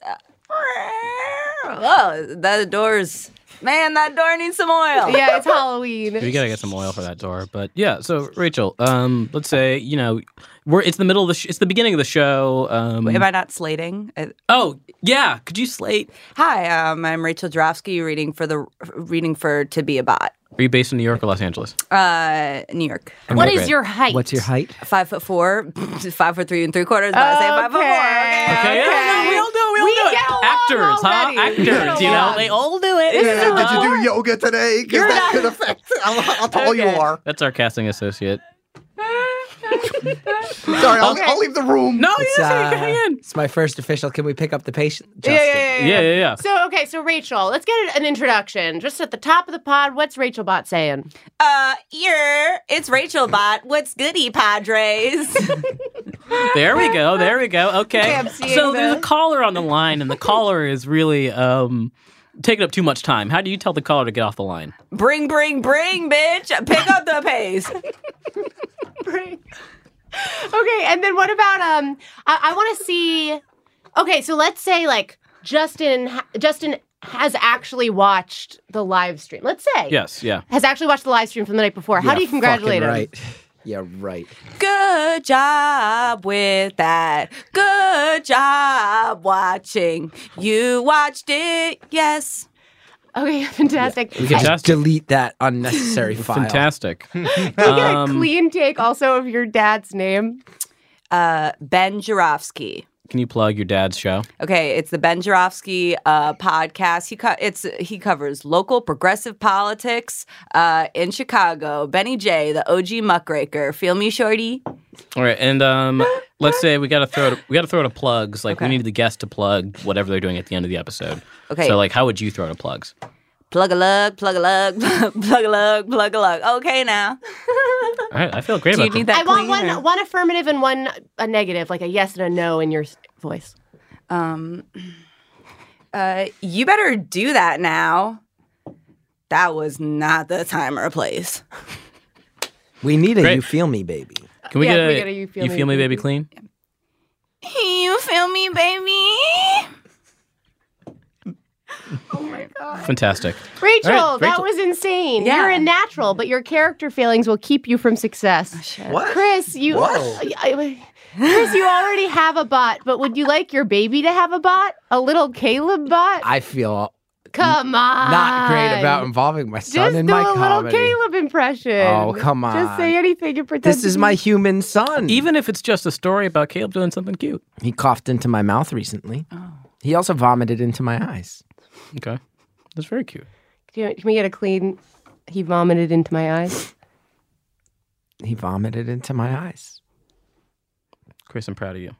[SPEAKER 7] Whoa, that Oh, door's man. That door needs some oil.
[SPEAKER 2] Yeah, it's Halloween.
[SPEAKER 5] We gotta get some oil for that door, but yeah. So Rachel, um, let's say you know, we're it's the middle of the sh- it's the beginning of the show. Um,
[SPEAKER 7] Am I not slating? I-
[SPEAKER 5] oh yeah, could you slate?
[SPEAKER 7] Hi, um, I'm Rachel Drofsky, reading for the reading for to be a bot.
[SPEAKER 5] Are you based in New York or Los Angeles?
[SPEAKER 7] Uh, New York,
[SPEAKER 2] What is
[SPEAKER 5] Okay.
[SPEAKER 2] your height?
[SPEAKER 3] What's your height?
[SPEAKER 7] five foot four, <laughs> five foot three and three quarters. But I say five foot four.
[SPEAKER 2] Okay.
[SPEAKER 5] yeah, no, we all do. We all
[SPEAKER 2] We
[SPEAKER 5] do it.
[SPEAKER 2] get along
[SPEAKER 5] Actors,
[SPEAKER 2] already.
[SPEAKER 5] huh?
[SPEAKER 2] We get
[SPEAKER 5] Actors, you know,
[SPEAKER 2] along.
[SPEAKER 5] they all do it.
[SPEAKER 4] Yeah, did you do yoga today? Because that could affect how, how tall you are.
[SPEAKER 5] That's our casting associate.
[SPEAKER 4] Sorry, I'll, I'll leave the room.
[SPEAKER 5] No,
[SPEAKER 3] It's,
[SPEAKER 5] yes,
[SPEAKER 3] uh,
[SPEAKER 5] you can.
[SPEAKER 3] it's my first official. Can we pick up the patient?
[SPEAKER 2] Yeah,
[SPEAKER 3] Justin.
[SPEAKER 2] yeah, yeah, yeah,
[SPEAKER 5] Yeah,
[SPEAKER 2] yeah.
[SPEAKER 5] yeah, yeah.
[SPEAKER 2] So, okay, so Rachel, let's get an introduction. Just at the top of the pod, what's Rachel Bot saying?
[SPEAKER 7] Uh, yeah, it's Rachel Bot. What's goody, Padres?
[SPEAKER 5] <laughs> There we go. There we go. Okay.
[SPEAKER 2] Okay, I'm seeing
[SPEAKER 5] so there's a
[SPEAKER 2] this.
[SPEAKER 5] caller on the line, and the caller is really um, taking up too much time. How do you tell the caller to get off the line?
[SPEAKER 7] bring, bring, bring, bitch! Pick up the pace.
[SPEAKER 2] Right. okay, and then what about um? I, I want to see. Okay, so let's say like Justin. ha- Justin has actually watched the live stream. Let's say
[SPEAKER 5] Yes. Yeah.
[SPEAKER 2] has actually watched the live stream from the night before. How do you
[SPEAKER 3] Yeah, fucking
[SPEAKER 2] congratulate him?
[SPEAKER 3] Right. Yeah, right.
[SPEAKER 7] Good Good job with that. Good job watching. You watched it. Yes.
[SPEAKER 2] Okay, <laughs> fantastic.
[SPEAKER 3] We can just delete that unnecessary file. <laughs>
[SPEAKER 5] Fantastic. Um,
[SPEAKER 2] Can we get a clean take also of your dad's name?
[SPEAKER 7] Uh, ben Jarofsky.
[SPEAKER 5] Can you plug your dad's show?
[SPEAKER 7] Okay, it's the Ben Jarofsky uh, podcast. He co- it's he covers local progressive politics uh, in Chicago. Benny J, the OG muckraker. Feel me, shorty.
[SPEAKER 5] All right, and um, let's say we gotta throw it, we gotta throw it to plugs. Like we need the guest to plug whatever they're doing at the end of the episode.
[SPEAKER 7] Okay.
[SPEAKER 5] So like, how would you throw to plugs?
[SPEAKER 7] Plug a lug, plug a lug, <laughs> plug a lug, plug a lug. Okay, now.
[SPEAKER 5] All right, I feel great about that.
[SPEAKER 2] I want one one affirmative and one a negative, like a yes and a no in your s- voice.
[SPEAKER 7] Um, uh, you better do that now. That was not the time or place.
[SPEAKER 3] We need a you feel me baby.
[SPEAKER 5] Can we Yeah, get we a- get a You Feel You Me Feel Me Baby clean?
[SPEAKER 7] You feel me, baby?
[SPEAKER 2] Oh
[SPEAKER 5] Fantastic.
[SPEAKER 2] Rachel,
[SPEAKER 5] All right,
[SPEAKER 2] that
[SPEAKER 5] Rachel.
[SPEAKER 2] was insane.
[SPEAKER 7] Yeah.
[SPEAKER 2] You're a natural, but your character failings will keep you from success.
[SPEAKER 7] What?
[SPEAKER 2] Chris, you
[SPEAKER 7] What?
[SPEAKER 2] I- I- Chris, you already have a bot, but would you like your baby to have a bot? A little Caleb bot?
[SPEAKER 3] I feel
[SPEAKER 2] Come on.
[SPEAKER 3] not great about involving my
[SPEAKER 2] Just
[SPEAKER 3] son in
[SPEAKER 2] do
[SPEAKER 3] my
[SPEAKER 2] a
[SPEAKER 3] comedy.
[SPEAKER 2] little Caleb impression.
[SPEAKER 3] Oh, come
[SPEAKER 2] Just say
[SPEAKER 3] on.
[SPEAKER 2] anything and pretend.
[SPEAKER 3] This
[SPEAKER 2] to
[SPEAKER 3] is
[SPEAKER 2] be-
[SPEAKER 3] my human son.
[SPEAKER 5] Even if it's just a story about Caleb doing something cute.
[SPEAKER 3] He coughed into my mouth recently.
[SPEAKER 5] Oh.
[SPEAKER 3] He also vomited into my eyes.
[SPEAKER 5] Okay. That's very cute.
[SPEAKER 2] Do you- Can we get a clean? He vomited into my eyes.
[SPEAKER 3] He vomited into my eyes.
[SPEAKER 5] Chris, I'm proud of you.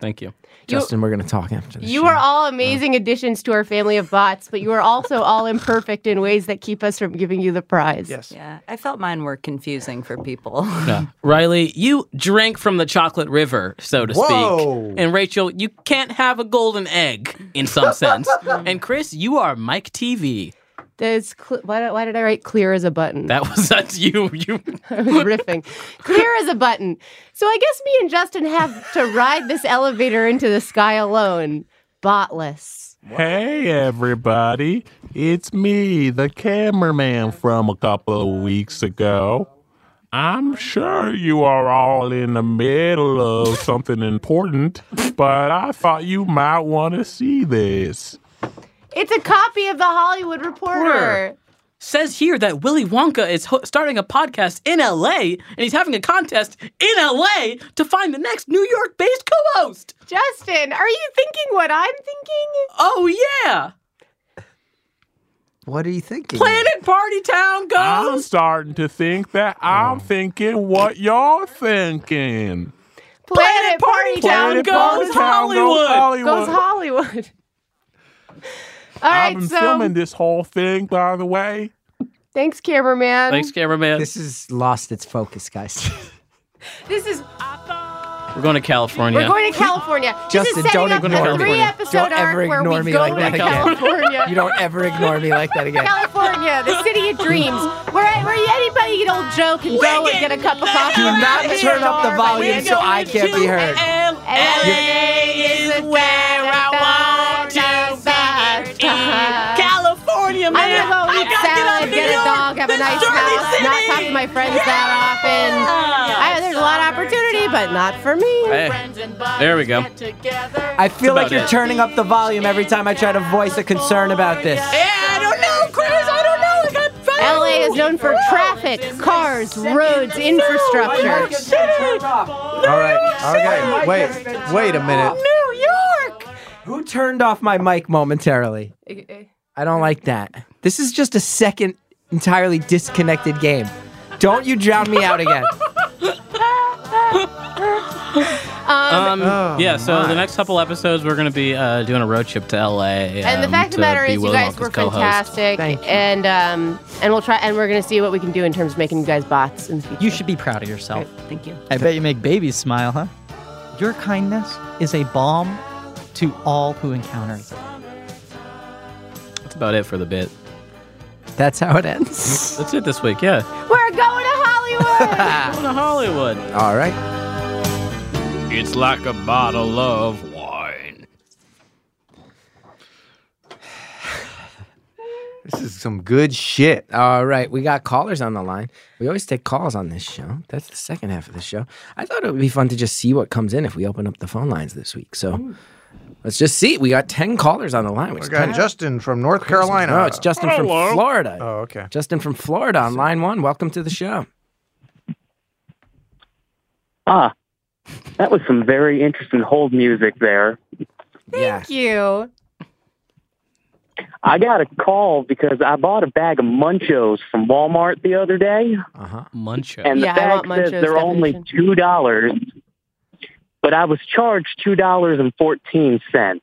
[SPEAKER 5] Thank you.
[SPEAKER 2] You-
[SPEAKER 3] Justin, we're going to talk after this.
[SPEAKER 2] You are all amazing additions to our family of bots, but you are also all imperfect in ways that keep us from giving you the prize. Yes.
[SPEAKER 7] Yeah, I felt mine were confusing for people. <laughs>
[SPEAKER 5] Yeah. Riley, you drank from the chocolate river, so to
[SPEAKER 7] Whoa.
[SPEAKER 5] speak. And Rachel, you can't have a golden egg in
[SPEAKER 3] <laughs>
[SPEAKER 5] some sense. and Chris, you are Mike TV.
[SPEAKER 2] There's cl- why, did- why did I write clear as a button? <laughs>
[SPEAKER 5] That was that's you. You
[SPEAKER 2] I was riffing. Clear as a button. So I guess me and Justin have to ride this elevator into the sky alone, botless.
[SPEAKER 11] Hey everybody, it's me, the cameraman from a couple of weeks ago. I'm sure you are all in the middle of something important, but I thought you might want to see this.
[SPEAKER 2] It's a copy of the Hollywood Reporter.
[SPEAKER 5] says here that Willy Wonka is ho- starting a podcast in LA and he's having a contest in LA to find the next New York based co host.
[SPEAKER 2] Justin, are you thinking what I'm thinking?
[SPEAKER 5] Oh, yeah.
[SPEAKER 3] What are you thinking?
[SPEAKER 5] Planet Party Town
[SPEAKER 11] I'm starting to think that I'm thinking what you're thinking.
[SPEAKER 2] Planet, Party Town
[SPEAKER 11] Planet Party
[SPEAKER 2] goes
[SPEAKER 11] Town goes
[SPEAKER 2] Hollywood.
[SPEAKER 11] Hollywood.
[SPEAKER 2] Goes Hollywood. <laughs> All right,
[SPEAKER 11] I've been
[SPEAKER 2] so
[SPEAKER 11] filming this whole thing, by the way.
[SPEAKER 2] thanks, cameraman.
[SPEAKER 5] cameraman.
[SPEAKER 3] This has lost its focus, guys.
[SPEAKER 2] This is
[SPEAKER 5] We're going to California.
[SPEAKER 2] we're going to California. this
[SPEAKER 3] Justin,
[SPEAKER 2] is setting
[SPEAKER 3] don't
[SPEAKER 2] up
[SPEAKER 3] ignore
[SPEAKER 2] a
[SPEAKER 3] me.
[SPEAKER 2] three episode
[SPEAKER 3] don't
[SPEAKER 2] arc
[SPEAKER 3] ever
[SPEAKER 2] where
[SPEAKER 3] ignore
[SPEAKER 2] we
[SPEAKER 3] me
[SPEAKER 2] go
[SPEAKER 3] like
[SPEAKER 2] to
[SPEAKER 3] that
[SPEAKER 2] <laughs>
[SPEAKER 3] again.
[SPEAKER 2] California.
[SPEAKER 3] <laughs> you don't ever ignore me like that again.
[SPEAKER 2] California, the city of dreams, where, where anybody can old Joe can go and get a cup of coffee.
[SPEAKER 3] Do not turn up the volume so I can't be heard.
[SPEAKER 2] LA is where I want to be.
[SPEAKER 9] California,
[SPEAKER 2] I'm
[SPEAKER 9] man.
[SPEAKER 2] gonna go
[SPEAKER 9] I gotta
[SPEAKER 2] eat
[SPEAKER 9] get out
[SPEAKER 2] salad,
[SPEAKER 9] of
[SPEAKER 2] get,
[SPEAKER 9] New
[SPEAKER 2] a
[SPEAKER 9] York,
[SPEAKER 2] dog, have a
[SPEAKER 9] this
[SPEAKER 2] nice
[SPEAKER 9] dirty
[SPEAKER 2] house, not talk to my friends that often. I, there's a lot of opportunity, but not for me.
[SPEAKER 5] There we go.
[SPEAKER 3] I feel
[SPEAKER 5] That's
[SPEAKER 3] like
[SPEAKER 5] about
[SPEAKER 3] you're
[SPEAKER 5] it.
[SPEAKER 3] turning up the volume every time I try to voice a concern about this.
[SPEAKER 9] I don't know, Chris. I don't know. I got
[SPEAKER 2] LA is known for traffic, cars, roads,
[SPEAKER 9] Oh,
[SPEAKER 2] infrastructure.
[SPEAKER 3] All <laughs> right.
[SPEAKER 4] Okay, wait, wait a minute.
[SPEAKER 9] New York.
[SPEAKER 3] Who turned off my mic momentarily? I don't like that. This is just a second entirely disconnected game. Don't you drown me out again.
[SPEAKER 5] Um,
[SPEAKER 3] Oh,
[SPEAKER 5] yeah, so
[SPEAKER 3] my.
[SPEAKER 5] the next couple episodes, we're going to be uh, doing a road trip to LA.
[SPEAKER 2] And the
[SPEAKER 5] um,
[SPEAKER 2] fact of
[SPEAKER 5] to
[SPEAKER 2] the matter
[SPEAKER 5] be
[SPEAKER 2] is, you
[SPEAKER 5] Willy
[SPEAKER 2] guys
[SPEAKER 5] Wonka's
[SPEAKER 2] were
[SPEAKER 5] co-host.
[SPEAKER 2] fantastic, and um, and we'll try, and we're gonna see what we can do in terms of making you guys bots in the future.
[SPEAKER 6] You should be proud of yourself.
[SPEAKER 2] Thank you.
[SPEAKER 6] I bet you make babies smile, huh? Your kindness is a balm to all who encounter it.
[SPEAKER 5] That's about it for the
[SPEAKER 2] <laughs>
[SPEAKER 5] bit.
[SPEAKER 3] That's how it ends.
[SPEAKER 5] That's it this week,
[SPEAKER 2] <laughs>
[SPEAKER 5] yeah.
[SPEAKER 2] We're going to Hollywood.
[SPEAKER 5] going to Hollywood.
[SPEAKER 3] All right.
[SPEAKER 1] It's like a bottle of wine.
[SPEAKER 4] This is some good shit.
[SPEAKER 3] All right, we got callers on the line. We always take calls on this show. That's the second half of the show. I thought it would be fun to just see what comes in if we open up the phone lines this week. So let's just see. We got ten callers on the line. Which
[SPEAKER 4] We
[SPEAKER 3] is
[SPEAKER 4] got
[SPEAKER 3] kinda
[SPEAKER 4] Justin from North
[SPEAKER 3] crazy.
[SPEAKER 4] Carolina.
[SPEAKER 3] No, it's Justin from Florida.
[SPEAKER 4] Oh, okay.
[SPEAKER 3] Justin from Florida on line one. Welcome to the show.
[SPEAKER 12] Ah, that was some very interesting hold music there.
[SPEAKER 2] Thank you.
[SPEAKER 12] I got a call because I bought a bag of Munchos from Walmart the other day,
[SPEAKER 3] Uh-huh.
[SPEAKER 5] Muncho.
[SPEAKER 12] and the bag says they're only two dollars, but I was charged two dollars and fourteen cents.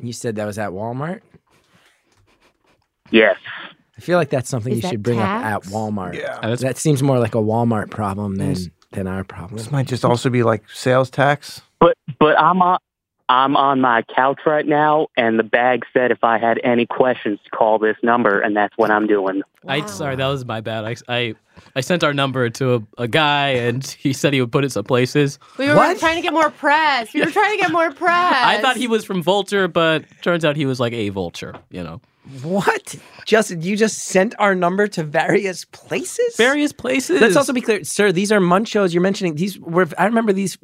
[SPEAKER 3] You said that was at Walmart.
[SPEAKER 12] Yes.
[SPEAKER 3] I feel like that's something
[SPEAKER 12] Is
[SPEAKER 3] you
[SPEAKER 12] that
[SPEAKER 3] should bring up
[SPEAKER 12] tax?
[SPEAKER 3] at Walmart. Yeah. That seems more like a Walmart problem than, than our problem.
[SPEAKER 4] This might just also be like sales tax.
[SPEAKER 12] But but I'm on I'm on my couch right now, and the bag said if I had any questions to call this number, and that's what I'm doing.
[SPEAKER 5] I sorry, that was my bad. I I, I sent our number to a, a guy, and <laughs> he said he would put it some places.
[SPEAKER 2] We were trying to get more press. We were trying to get more press.
[SPEAKER 5] I thought he was from Vulture, but turns out he was like a vulture. You know,
[SPEAKER 3] What? Justin, you just sent our number to various <laughs> places?
[SPEAKER 5] Various places.
[SPEAKER 3] Let's also be clear, sir, these are munchos you're mentioning. These were I remember these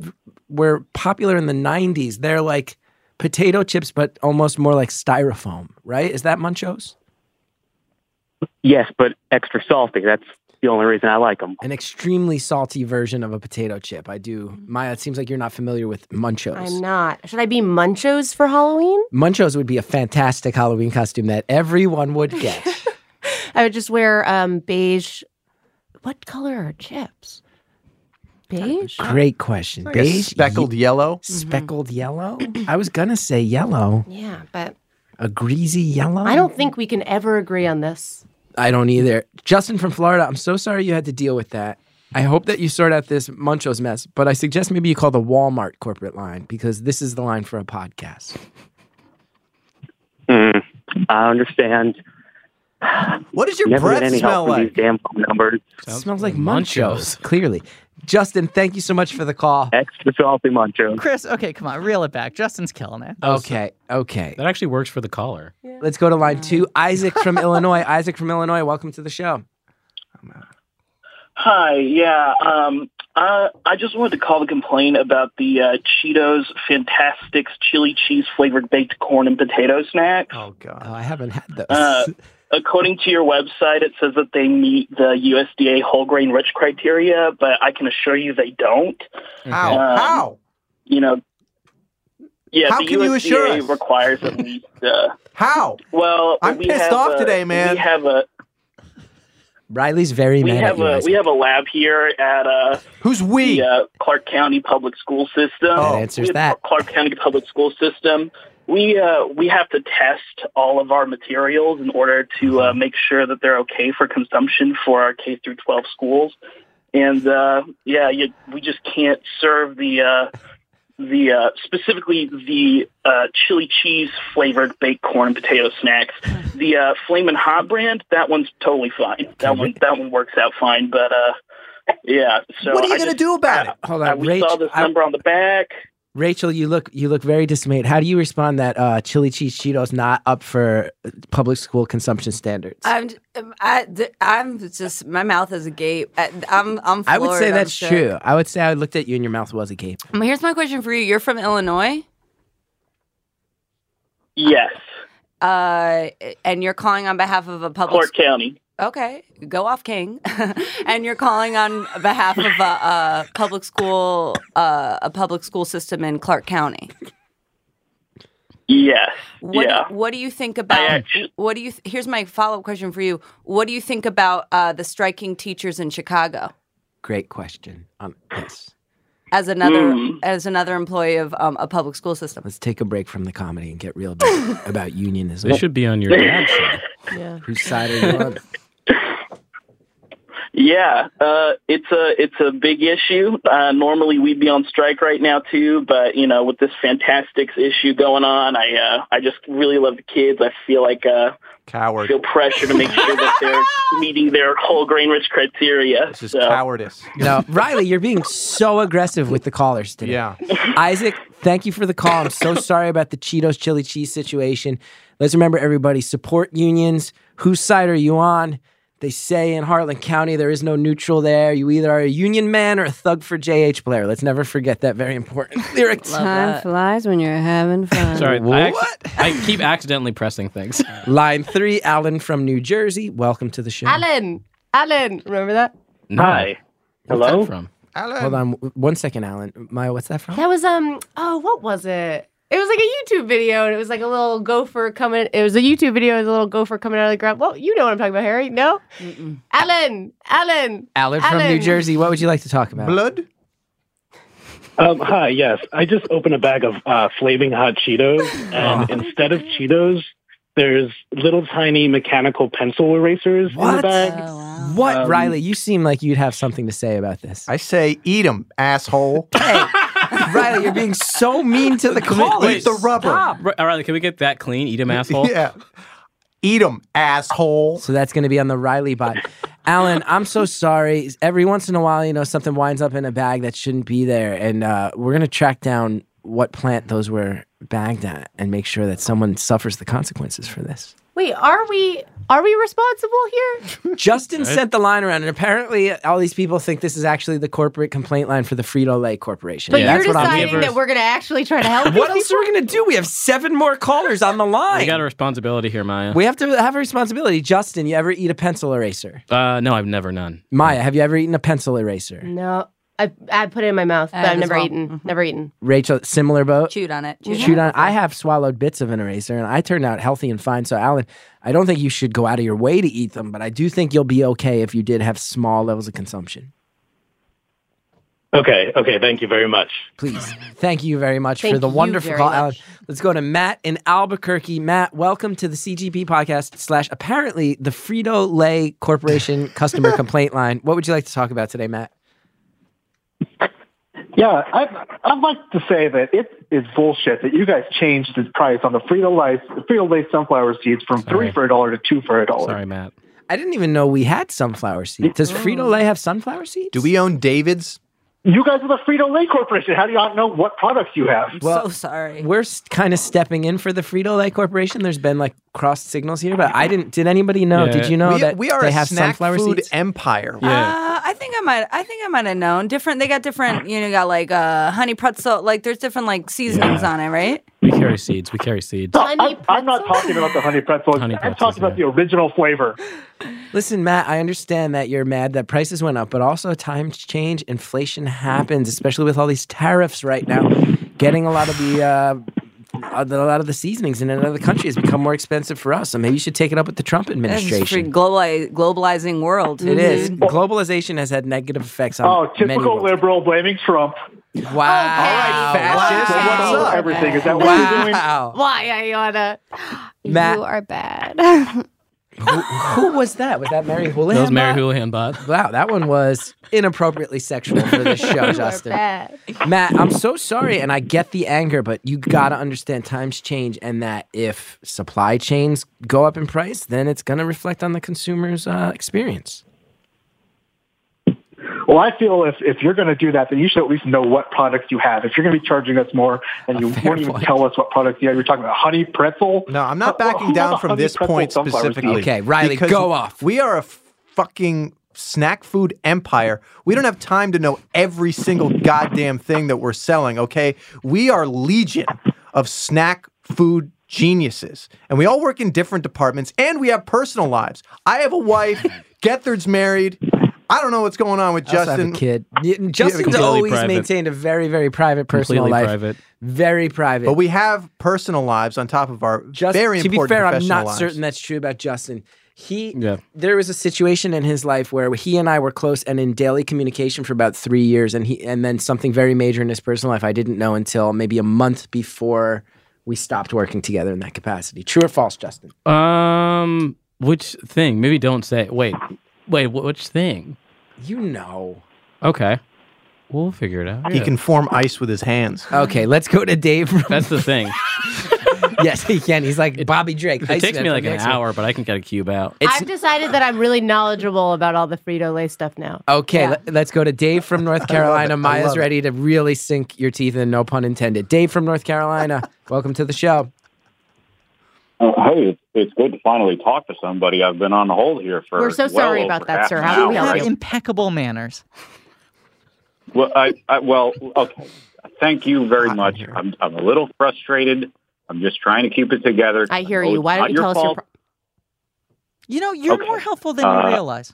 [SPEAKER 3] were popular in the 90s. They're like potato chips but almost more like styrofoam, right? Is that munchos?
[SPEAKER 12] Yes, but extra salty. That's the only reason I like them.
[SPEAKER 3] An extremely salty version of a potato chip. I do.
[SPEAKER 4] Mm-hmm.
[SPEAKER 3] Maya, it seems like you're not familiar with munchos.
[SPEAKER 2] I'm not. Should I be Munchos for Halloween?
[SPEAKER 3] Munchos would be a fantastic Halloween costume that everyone would get.
[SPEAKER 2] I would just wear um, beige. What color are chips? Beige?
[SPEAKER 3] Uh, Great question. Mm-hmm.
[SPEAKER 4] Like a speckled yellow.
[SPEAKER 5] <clears throat>
[SPEAKER 3] Speckled yellow? I was going to say yellow,
[SPEAKER 2] Yeah, but
[SPEAKER 3] a greasy yellow.
[SPEAKER 2] I don't think we can ever agree on this.
[SPEAKER 3] I don't either. Justin from Florida, I'm so sorry you had to deal with that. I hope that you sort out this Munchos mess, but I suggest maybe you call the Walmart corporate line because this is the line for a podcast.
[SPEAKER 12] Mm, I understand.
[SPEAKER 4] What does
[SPEAKER 12] Never get any help from these damn phone numbers.
[SPEAKER 3] smells like Munchos, clearly. Justin, thank you so much for the call.
[SPEAKER 12] Extra salty Munchos.
[SPEAKER 6] Chris, okay, come on, reel it back. Justin's killing it.
[SPEAKER 3] Okay, okay.
[SPEAKER 5] That actually works for the caller.
[SPEAKER 3] Let's go to line two. Isaac from Illinois. Isaac from Illinois, welcome to the show.
[SPEAKER 13] Hi, yeah. Um, uh, I just wanted to call to complain about the uh, Cheetos Fantastics chili cheese flavored baked corn and potato snack.
[SPEAKER 4] Oh god,
[SPEAKER 3] I haven't had <laughs> those.
[SPEAKER 13] Uh, according to your website, it says that they meet the USDA whole grain rich criteria, but I can assure you they don't.
[SPEAKER 4] How?
[SPEAKER 13] Um,
[SPEAKER 4] How?
[SPEAKER 13] You know, yeah,
[SPEAKER 4] How
[SPEAKER 13] the
[SPEAKER 4] can
[SPEAKER 13] USDA
[SPEAKER 4] you assure us?
[SPEAKER 13] requires at least. Uh,
[SPEAKER 4] How?
[SPEAKER 13] Well,
[SPEAKER 4] I'm
[SPEAKER 13] we
[SPEAKER 4] pissed
[SPEAKER 13] have
[SPEAKER 4] off
[SPEAKER 13] a-
[SPEAKER 4] today, man.
[SPEAKER 13] We have a
[SPEAKER 3] Riley's very
[SPEAKER 13] we
[SPEAKER 3] mad
[SPEAKER 13] have
[SPEAKER 3] at you.
[SPEAKER 13] a
[SPEAKER 3] Isaac.
[SPEAKER 13] we have a lab here at uh
[SPEAKER 4] who's
[SPEAKER 13] we the, uh, Clark County Public School System.
[SPEAKER 3] That answers
[SPEAKER 13] We have
[SPEAKER 3] that.
[SPEAKER 13] Clark County Public School System. We uh we have to test all of our materials in order to uh, make sure that they're okay for consumption for our K through 12 schools. And uh yeah, you, we just can't serve the uh the uh, specifically the uh, chili cheese flavored baked corn and potato
[SPEAKER 3] <laughs>
[SPEAKER 13] snacks. The uh, Flamin' Hot brand, that one's totally fine. That one that one works out fine. But uh, yeah, so
[SPEAKER 3] What are you
[SPEAKER 13] I
[SPEAKER 3] gonna
[SPEAKER 13] just-
[SPEAKER 3] do about
[SPEAKER 13] I-
[SPEAKER 3] it? Hold
[SPEAKER 13] I-
[SPEAKER 3] on,
[SPEAKER 13] we
[SPEAKER 3] Rach,
[SPEAKER 13] saw this
[SPEAKER 3] I-
[SPEAKER 13] number on the back.
[SPEAKER 3] Rachel, you look you look very dismayed. How do you respond that uh, chili cheese Cheetos not up for public school consumption standards?
[SPEAKER 7] I'm j- um, I, d- I'm just my mouth is agape. I, I'm I'm. Floored,
[SPEAKER 3] I would say
[SPEAKER 7] I'm
[SPEAKER 3] that's
[SPEAKER 7] shook.
[SPEAKER 3] true. I would say I looked at you and your mouth was agape.
[SPEAKER 7] Um, Here's my question for you. You're from Illinois,
[SPEAKER 13] Yes,
[SPEAKER 7] uh, and you're calling on behalf of a public.
[SPEAKER 13] Clark County.
[SPEAKER 7] Okay, go off, King. <laughs> and you're calling on behalf of a, a public school, uh, a public school system in Clark County.
[SPEAKER 13] Yes,
[SPEAKER 7] What
[SPEAKER 13] yeah.
[SPEAKER 7] do, What do you think about? what do you? Th- here's my follow up question for you. What do you think about uh, the striking teachers in Chicago?
[SPEAKER 3] Great question. Um, yes.
[SPEAKER 7] As another
[SPEAKER 14] Hmm.
[SPEAKER 3] Mm.
[SPEAKER 7] as another employee of um, a public school system.
[SPEAKER 3] Let's take a break from the comedy and get
[SPEAKER 7] <laughs>
[SPEAKER 3] real about, about unionism.
[SPEAKER 5] They should be on your
[SPEAKER 13] <laughs>
[SPEAKER 5] dad's side.
[SPEAKER 2] Yeah.
[SPEAKER 3] Whose side are you on?
[SPEAKER 13] Yeah, uh, it's a it's a big issue. Uh, normally we'd be on strike right now too, but you know with this Fantastics issue going on, I uh, I just really love the kids. I feel like uh,
[SPEAKER 4] Coward.
[SPEAKER 13] feel pressure to make sure that they're meeting their whole grain rich criteria. This
[SPEAKER 4] is cowardice.
[SPEAKER 3] No, Riley, you're being so aggressive with the callers today.
[SPEAKER 4] Yeah.
[SPEAKER 3] Isaac, thank you for the call. I'm so sorry about the Cheetos chili cheese situation. Let's remember, everybody, support unions, Whose side are you on? They say in Harlan County there is no neutral there. You either are a union man or a thug for J.H. Blair. Let's never forget that very important lyric.
[SPEAKER 15] Time flies when you're
[SPEAKER 3] <laughs>
[SPEAKER 15] having fun.
[SPEAKER 5] Sorry, I, acc- I keep accidentally pressing things.
[SPEAKER 3] Line three, Alan from New Jersey. Welcome to the show.
[SPEAKER 2] Alan, Alan, remember that?
[SPEAKER 3] Hi.
[SPEAKER 5] Hello? from?
[SPEAKER 3] Alan. Hold on w- one second, Alan. Maya, what's that from?
[SPEAKER 2] That was um oh what was it? It was like a YouTube video and it was like a little gopher coming it was a YouTube video with a little gopher coming out of the ground. Well, you know what I'm talking about, Harry. No? Alan, Alan.
[SPEAKER 3] Alan from New
[SPEAKER 2] Alan.
[SPEAKER 3] Jersey. What would you like to talk about?
[SPEAKER 4] Blood?
[SPEAKER 16] Um, hi, yes. I just opened a bag of uh, flaming hot Cheetos, and instead of Cheetos, there's little tiny mechanical pencil erasers in the
[SPEAKER 3] What?
[SPEAKER 16] bag.
[SPEAKER 3] What,
[SPEAKER 16] Um,
[SPEAKER 3] Riley? You seem like you'd have something to say about this.
[SPEAKER 4] I say, eat them,
[SPEAKER 3] <laughs>
[SPEAKER 4] asshole.
[SPEAKER 3] Riley, you're <laughs> being so
[SPEAKER 4] <laughs>
[SPEAKER 3] mean to the caller.
[SPEAKER 5] Wait, R- All right, can we get that clean? Eat him,
[SPEAKER 4] <laughs>
[SPEAKER 5] asshole.
[SPEAKER 3] Yeah.
[SPEAKER 4] Eat them, asshole.
[SPEAKER 3] So that's going to be on the Riley bot. Alan, I'm so sorry. Every once in a while, you know, something winds up in a bag that shouldn't be there. And uh, we're going to track down what plant those were bagged at and make sure that someone suffers the consequences for this.
[SPEAKER 2] Wait, are we are we responsible here?
[SPEAKER 3] <laughs> Justin sent the line around, and apparently, all these people think this is actually the corporate complaint line for the Frito Lay Corporation.
[SPEAKER 2] But
[SPEAKER 3] That's
[SPEAKER 2] you're
[SPEAKER 3] what I'm-
[SPEAKER 2] deciding that we're gonna actually try to help.
[SPEAKER 3] <laughs> What else are we going to do? We have seven more callers on the line.
[SPEAKER 5] We got a responsibility here, Maya.
[SPEAKER 3] We have to have a responsibility. Justin, you ever eat a pencil eraser?
[SPEAKER 5] uh, no, I've never none.
[SPEAKER 3] Maya, have you ever eaten a pencil eraser?
[SPEAKER 2] No. I I put it in my mouth, but
[SPEAKER 7] I
[SPEAKER 2] I've
[SPEAKER 7] have as
[SPEAKER 2] never
[SPEAKER 7] well.
[SPEAKER 2] eaten. Never eaten.
[SPEAKER 3] Rachel, similar boat.
[SPEAKER 7] Mm-hmm. Chewed on it. Chewed,
[SPEAKER 3] Shoot Oh. on. I have swallowed bits of an eraser, and I turned out healthy and fine. So, Alan, I don't think you should go out of your way to eat them, but I do think you'll be okay if you did have small levels of consumption.
[SPEAKER 16] Okay, okay. Thank you very much.
[SPEAKER 3] Please. Thank you very much
[SPEAKER 16] Thank
[SPEAKER 3] for the
[SPEAKER 16] you
[SPEAKER 3] wonderful
[SPEAKER 16] very
[SPEAKER 3] call,
[SPEAKER 16] much.
[SPEAKER 3] Alan. Let's go to Matt in Albuquerque. Matt, welcome to the CGP podcast slash apparently the Frito Lay
[SPEAKER 17] <laughs>
[SPEAKER 3] Corporation customer complaint line. What would you like to talk about today, Matt?
[SPEAKER 17] Yeah, I'd, I'd like to say that it is bullshit that you guys changed the price on the Frito Lay Frito Lay sunflower seeds from three for a dollar to two for a dollar.
[SPEAKER 5] Sorry, Matt.
[SPEAKER 3] I didn't even know we had sunflower seeds. Does
[SPEAKER 17] Oh.
[SPEAKER 3] Frito Lay have sunflower seeds?
[SPEAKER 4] Do we own David's?
[SPEAKER 17] You guys are the Frito Lay Corporation. How do you not know what products you have?
[SPEAKER 3] sorry. We're kind of stepping in for the Frito Lay Corporation. There's been like crossed signals here, but I didn't. Did anybody know?
[SPEAKER 4] Yeah.
[SPEAKER 3] Did you know
[SPEAKER 4] We-
[SPEAKER 3] that
[SPEAKER 4] we are
[SPEAKER 3] they
[SPEAKER 4] a
[SPEAKER 3] have
[SPEAKER 4] snack
[SPEAKER 3] sunflower
[SPEAKER 4] food
[SPEAKER 3] seeds?
[SPEAKER 4] empire?
[SPEAKER 7] Uh, I think I might. I think I might have known different. They got different. You know, you got like uh, honey pretzel. Like there's different like seasonings on it, right?
[SPEAKER 5] We carry seeds. We carry seeds.
[SPEAKER 17] I'm, I'm not talking about the honey pretzel. I'm talking about the original flavor.
[SPEAKER 3] Listen, Matt, I understand that you're mad that prices went up, but also times change. Inflation happens, especially with all these tariffs right now. Getting a lot of the. Uh, a lot of the seasonings in another country has become more expensive for us, so maybe you should take it up with the Trump
[SPEAKER 7] It's
[SPEAKER 3] administration. Mm-hmm.
[SPEAKER 7] free globali- globalizing world.
[SPEAKER 3] It is. Globalization has had negative effects on
[SPEAKER 17] Oh,
[SPEAKER 3] many
[SPEAKER 17] typical liberal blaming Trump.
[SPEAKER 3] Oh, Wow. All right,
[SPEAKER 17] fascist. Wow. What's up? Everything. Is that what you're doing?
[SPEAKER 3] Wow.
[SPEAKER 2] Why, Ayana?
[SPEAKER 3] <gasps> Matt-
[SPEAKER 2] You are bad.
[SPEAKER 3] <laughs> who, who was that? Was that Mary Houlihan?
[SPEAKER 5] That was Mary
[SPEAKER 3] Bot?
[SPEAKER 5] Houlihan bot.
[SPEAKER 3] Wow, that one was inappropriately sexual for <laughs> this show, Justin.
[SPEAKER 2] bad.
[SPEAKER 3] Matt, I'm so sorry, and I get the anger, but you gotta understand times change, and that if supply chains go up in price, then it's gonna reflect on the consumer's uh, experience.
[SPEAKER 17] Well, I feel if, if you're going to do that, then you should at least know what products you have. If you're going to be charging us more and you won't even tell us what products you have, you're talking about honey pretzel.
[SPEAKER 4] No, I'm not backing down from this point specifically. because We are a fucking snack food empire. We don't have time to know every single goddamn thing that we're selling, okay? We are legion of snack food geniuses, and we all work in different departments and we have personal lives. I have a wife,
[SPEAKER 3] <laughs>
[SPEAKER 4] Gethard's married. I don't know what's going on with
[SPEAKER 3] I also have a
[SPEAKER 4] Justin.
[SPEAKER 3] kid. Justin's always maintained a very, very private personal
[SPEAKER 4] Completely
[SPEAKER 3] life.
[SPEAKER 4] private.
[SPEAKER 3] Very private.
[SPEAKER 4] But we have personal lives on top of our
[SPEAKER 3] Just-
[SPEAKER 4] very
[SPEAKER 3] to be
[SPEAKER 4] important
[SPEAKER 3] fair, I'm
[SPEAKER 4] professional
[SPEAKER 3] not
[SPEAKER 4] lives.
[SPEAKER 3] certain that's true about Justin. He
[SPEAKER 4] Yeah.
[SPEAKER 3] there was a situation in his life where he and I were close and in daily communication for about three years, and he and then something very major in his personal life I didn't know until maybe a month before we stopped working together in that capacity. True or false, Justin?
[SPEAKER 5] Um, which thing? Maybe don't say. Wait, wait. wh- Which thing?
[SPEAKER 3] You know.
[SPEAKER 5] Okay, we'll figure it out.
[SPEAKER 4] He can form ice with his hands.
[SPEAKER 3] Okay, let's go to Dave.
[SPEAKER 5] That's the thing.
[SPEAKER 3] <laughs> yes, he can. He's like Bobby <laughs> Drake.
[SPEAKER 5] It
[SPEAKER 3] Iceman
[SPEAKER 5] takes me
[SPEAKER 3] from
[SPEAKER 5] like an
[SPEAKER 3] X-Men.
[SPEAKER 5] hour, but I can get a cube out.
[SPEAKER 2] I've decided that I'm really knowledgeable about all the Frito Lay stuff now.
[SPEAKER 3] Okay, let, let's go to Dave from North
[SPEAKER 2] <laughs>
[SPEAKER 3] Carolina.
[SPEAKER 2] I
[SPEAKER 3] Maya's
[SPEAKER 2] love it.
[SPEAKER 3] ready to
[SPEAKER 2] <laughs>
[SPEAKER 3] really sink your teeth in, no pun intended. Dave from North Carolina, welcome to the show.
[SPEAKER 14] Uh, hey, it's, it's good to finally talk to somebody. I've been on hold here for.
[SPEAKER 2] We're so
[SPEAKER 14] well
[SPEAKER 2] sorry
[SPEAKER 14] over
[SPEAKER 2] about that,
[SPEAKER 14] half
[SPEAKER 2] sir.
[SPEAKER 14] an
[SPEAKER 2] How can we
[SPEAKER 14] hour.
[SPEAKER 6] Have impeccable manners.
[SPEAKER 14] Well, I, I well, okay. Thank you very much. I'm, I'm a little frustrated. I'm just trying to keep it together.
[SPEAKER 2] I hear
[SPEAKER 14] know
[SPEAKER 2] you.
[SPEAKER 14] it's
[SPEAKER 2] Why
[SPEAKER 14] not
[SPEAKER 2] don't you
[SPEAKER 14] your
[SPEAKER 2] tell us your
[SPEAKER 14] fault.
[SPEAKER 2] pro-
[SPEAKER 6] You know, you're
[SPEAKER 14] Okay.
[SPEAKER 6] more helpful than
[SPEAKER 14] Uh,
[SPEAKER 6] you realize.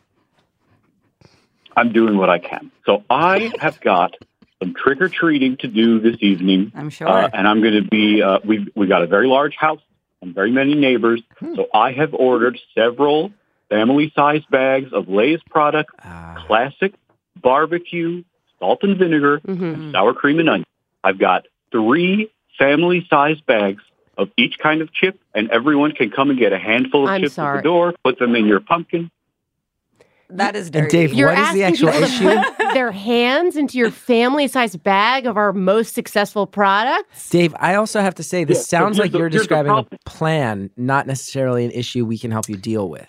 [SPEAKER 14] I'm doing what I can. So I have got some trick or treating to do this evening.
[SPEAKER 7] I'm sure.
[SPEAKER 14] Uh, and I'm going to be. Uh, we we got a very large house and very many neighbors.
[SPEAKER 2] Hmm.
[SPEAKER 14] So I have ordered several family-sized bags of Lay's products,
[SPEAKER 2] Ah.
[SPEAKER 14] classic barbecue, salt and vinegar,
[SPEAKER 2] Mm-hmm.
[SPEAKER 14] and sour cream and onion. I've got three family-sized bags of each kind of chip, and everyone can come and get a handful of
[SPEAKER 2] I'm
[SPEAKER 14] chips at
[SPEAKER 2] sorry.
[SPEAKER 14] the door. Put them in your pumpkin.
[SPEAKER 7] That is
[SPEAKER 3] And Dave,
[SPEAKER 2] You're
[SPEAKER 3] what is the
[SPEAKER 2] asking
[SPEAKER 3] actual
[SPEAKER 2] people
[SPEAKER 3] issue?
[SPEAKER 2] to put their hands into your family-sized bag of our most successful product.
[SPEAKER 3] Dave, I also have to say this
[SPEAKER 2] Yeah, so
[SPEAKER 3] sounds
[SPEAKER 2] here's
[SPEAKER 3] like
[SPEAKER 2] the-
[SPEAKER 3] you're
[SPEAKER 2] here's the
[SPEAKER 3] describing a
[SPEAKER 14] problem.
[SPEAKER 3] plan, not necessarily an issue we can help you deal with.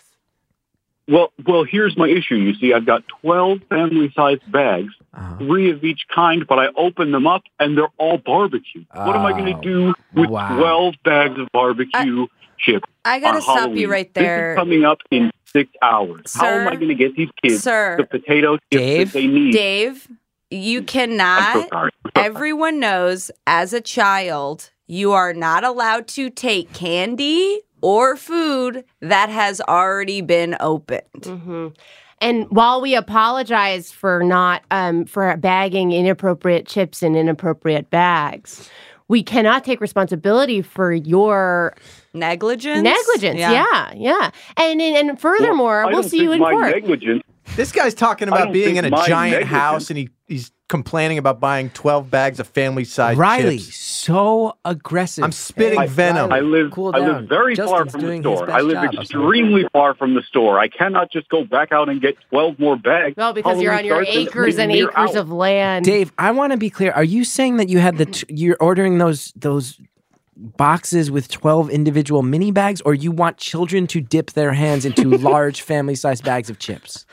[SPEAKER 14] Well, well, here's my issue. You see, I've got 12 family-sized bags,
[SPEAKER 3] Uh-huh.
[SPEAKER 14] three of each kind, but I open them up and they're all barbecue. what am I
[SPEAKER 3] Oh,
[SPEAKER 14] going to do with 12 bags of barbecue chips?
[SPEAKER 7] I gotta
[SPEAKER 14] on
[SPEAKER 7] stop you
[SPEAKER 14] Halloween?
[SPEAKER 7] right there.
[SPEAKER 14] This is coming up in six hours. How am
[SPEAKER 7] Sir?
[SPEAKER 14] I going to get these kids
[SPEAKER 7] Sir?
[SPEAKER 14] the potato chips that they need?
[SPEAKER 7] Dave, you cannot.
[SPEAKER 14] Sorry.
[SPEAKER 7] Everyone knows as a child, you are not allowed to take candy or food that has already been opened.
[SPEAKER 2] And while we apologize for not um, for bagging inappropriate chips in inappropriate bags, we cannot take responsibility for your
[SPEAKER 7] negligence.
[SPEAKER 2] Negligence,
[SPEAKER 4] Yeah.
[SPEAKER 2] yeah, yeah. And, and and furthermore,
[SPEAKER 4] I
[SPEAKER 2] we'll
[SPEAKER 4] don't
[SPEAKER 2] see you
[SPEAKER 4] think
[SPEAKER 2] in
[SPEAKER 4] my
[SPEAKER 2] court.
[SPEAKER 14] negligence.
[SPEAKER 4] This guy's talking
[SPEAKER 2] I
[SPEAKER 4] about
[SPEAKER 2] don't
[SPEAKER 4] being
[SPEAKER 2] think
[SPEAKER 4] in a
[SPEAKER 3] my
[SPEAKER 4] giant
[SPEAKER 3] negligence-
[SPEAKER 4] house and he, he's complaining about buying 12 bags of family size
[SPEAKER 3] Riley,
[SPEAKER 4] chips.
[SPEAKER 3] so aggressive.
[SPEAKER 4] I'm spitting
[SPEAKER 14] I-
[SPEAKER 4] venom.
[SPEAKER 14] I live. I live very far from the
[SPEAKER 3] doing his
[SPEAKER 14] store. I
[SPEAKER 3] best
[SPEAKER 14] live
[SPEAKER 3] job.
[SPEAKER 14] extremely far from the store. I cannot just go back out and get twelve more bags.
[SPEAKER 2] Well, because you're
[SPEAKER 14] Halloween
[SPEAKER 2] on your
[SPEAKER 14] starts in-
[SPEAKER 2] acres and
[SPEAKER 14] in a mere
[SPEAKER 2] acres
[SPEAKER 14] hour.
[SPEAKER 2] of land.
[SPEAKER 3] Dave, I want to be clear. Are you saying that you had the t- you're ordering those those boxes with 12 individual mini bags or you want children to dip their hands into
[SPEAKER 2] <laughs>
[SPEAKER 3] large family-sized bags of chips?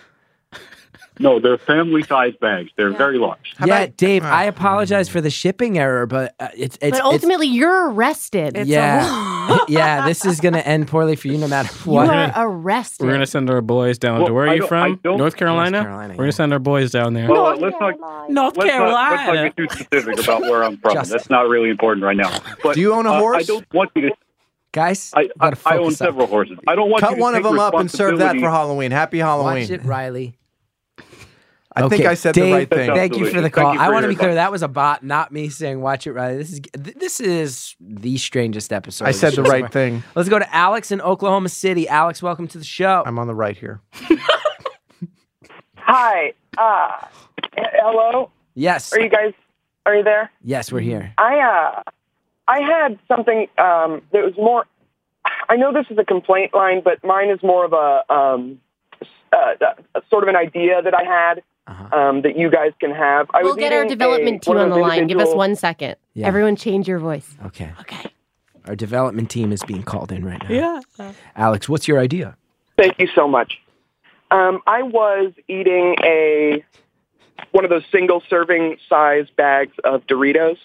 [SPEAKER 14] No, they're family-sized bags. They're very large.
[SPEAKER 3] yeah, Dave,
[SPEAKER 4] uh,
[SPEAKER 3] I apologize for the shipping error, but uh, it's it's
[SPEAKER 2] but
[SPEAKER 3] it's-
[SPEAKER 2] ultimately, you're arrested. <laughs>
[SPEAKER 3] yeah. yeah, this is going to end poorly for you no matter
[SPEAKER 2] you
[SPEAKER 3] what.
[SPEAKER 2] are arrested.
[SPEAKER 5] We're gonna send our boys down
[SPEAKER 3] Well,
[SPEAKER 5] to where
[SPEAKER 3] I
[SPEAKER 5] are you
[SPEAKER 3] don't-
[SPEAKER 5] from?
[SPEAKER 3] I don't-
[SPEAKER 5] North Carolina.
[SPEAKER 3] Carolina,
[SPEAKER 5] We're gonna send our boys down there.
[SPEAKER 14] Well, uh, let's not,
[SPEAKER 5] North
[SPEAKER 14] let's Not, let's
[SPEAKER 5] Carolina.
[SPEAKER 14] not get too specific about where I'm from.
[SPEAKER 5] Just-
[SPEAKER 14] That's not really important right now. But
[SPEAKER 4] <laughs> Do you own a
[SPEAKER 14] uh, I
[SPEAKER 4] horse?
[SPEAKER 14] don't want you to.
[SPEAKER 3] Guys,
[SPEAKER 14] I, I, I own
[SPEAKER 4] focus up.
[SPEAKER 14] several horses. I don't want you
[SPEAKER 4] Cut
[SPEAKER 14] to
[SPEAKER 4] one of
[SPEAKER 14] take
[SPEAKER 4] them up and serve that for
[SPEAKER 14] responsibility-
[SPEAKER 4] Halloween. Happy Halloween.
[SPEAKER 3] Watch it, Riley.
[SPEAKER 4] I think
[SPEAKER 3] Okay,
[SPEAKER 4] I said
[SPEAKER 3] Dave,
[SPEAKER 4] the right thing.
[SPEAKER 3] Thank you for the call. I want to be clear. That was a bot, not me saying watch it Riley. This is th- this is the strangest episode.
[SPEAKER 4] I
[SPEAKER 3] of
[SPEAKER 4] said the
[SPEAKER 3] show.
[SPEAKER 4] right thing.
[SPEAKER 3] Let's go to Alex in Oklahoma City. Alex, welcome to the show.
[SPEAKER 4] I'm on the right here.
[SPEAKER 18] Hi. Uh, hello.
[SPEAKER 3] Yes.
[SPEAKER 18] Are you guys? Are you there?
[SPEAKER 3] Yes, we're
[SPEAKER 4] Mm-hmm.
[SPEAKER 3] here.
[SPEAKER 18] I uh, I had something um, that was more. I know this is a complaint line, but mine is more of a, um, s- uh, a sort of an idea that I had um, that you guys can have. I
[SPEAKER 2] we'll
[SPEAKER 18] was
[SPEAKER 2] get our
[SPEAKER 18] eating
[SPEAKER 2] development
[SPEAKER 18] a, one
[SPEAKER 2] team
[SPEAKER 18] of
[SPEAKER 2] on the
[SPEAKER 18] those
[SPEAKER 2] line. Give us
[SPEAKER 18] individual-
[SPEAKER 2] one second.
[SPEAKER 3] Yeah.
[SPEAKER 2] Everyone, change your voice.
[SPEAKER 3] Okay. Okay. Our development team is being called in right now.
[SPEAKER 18] Yeah.
[SPEAKER 3] Alex, what's your idea?
[SPEAKER 18] Thank you so much. Um, I was eating a one of those single serving size bags of Doritos,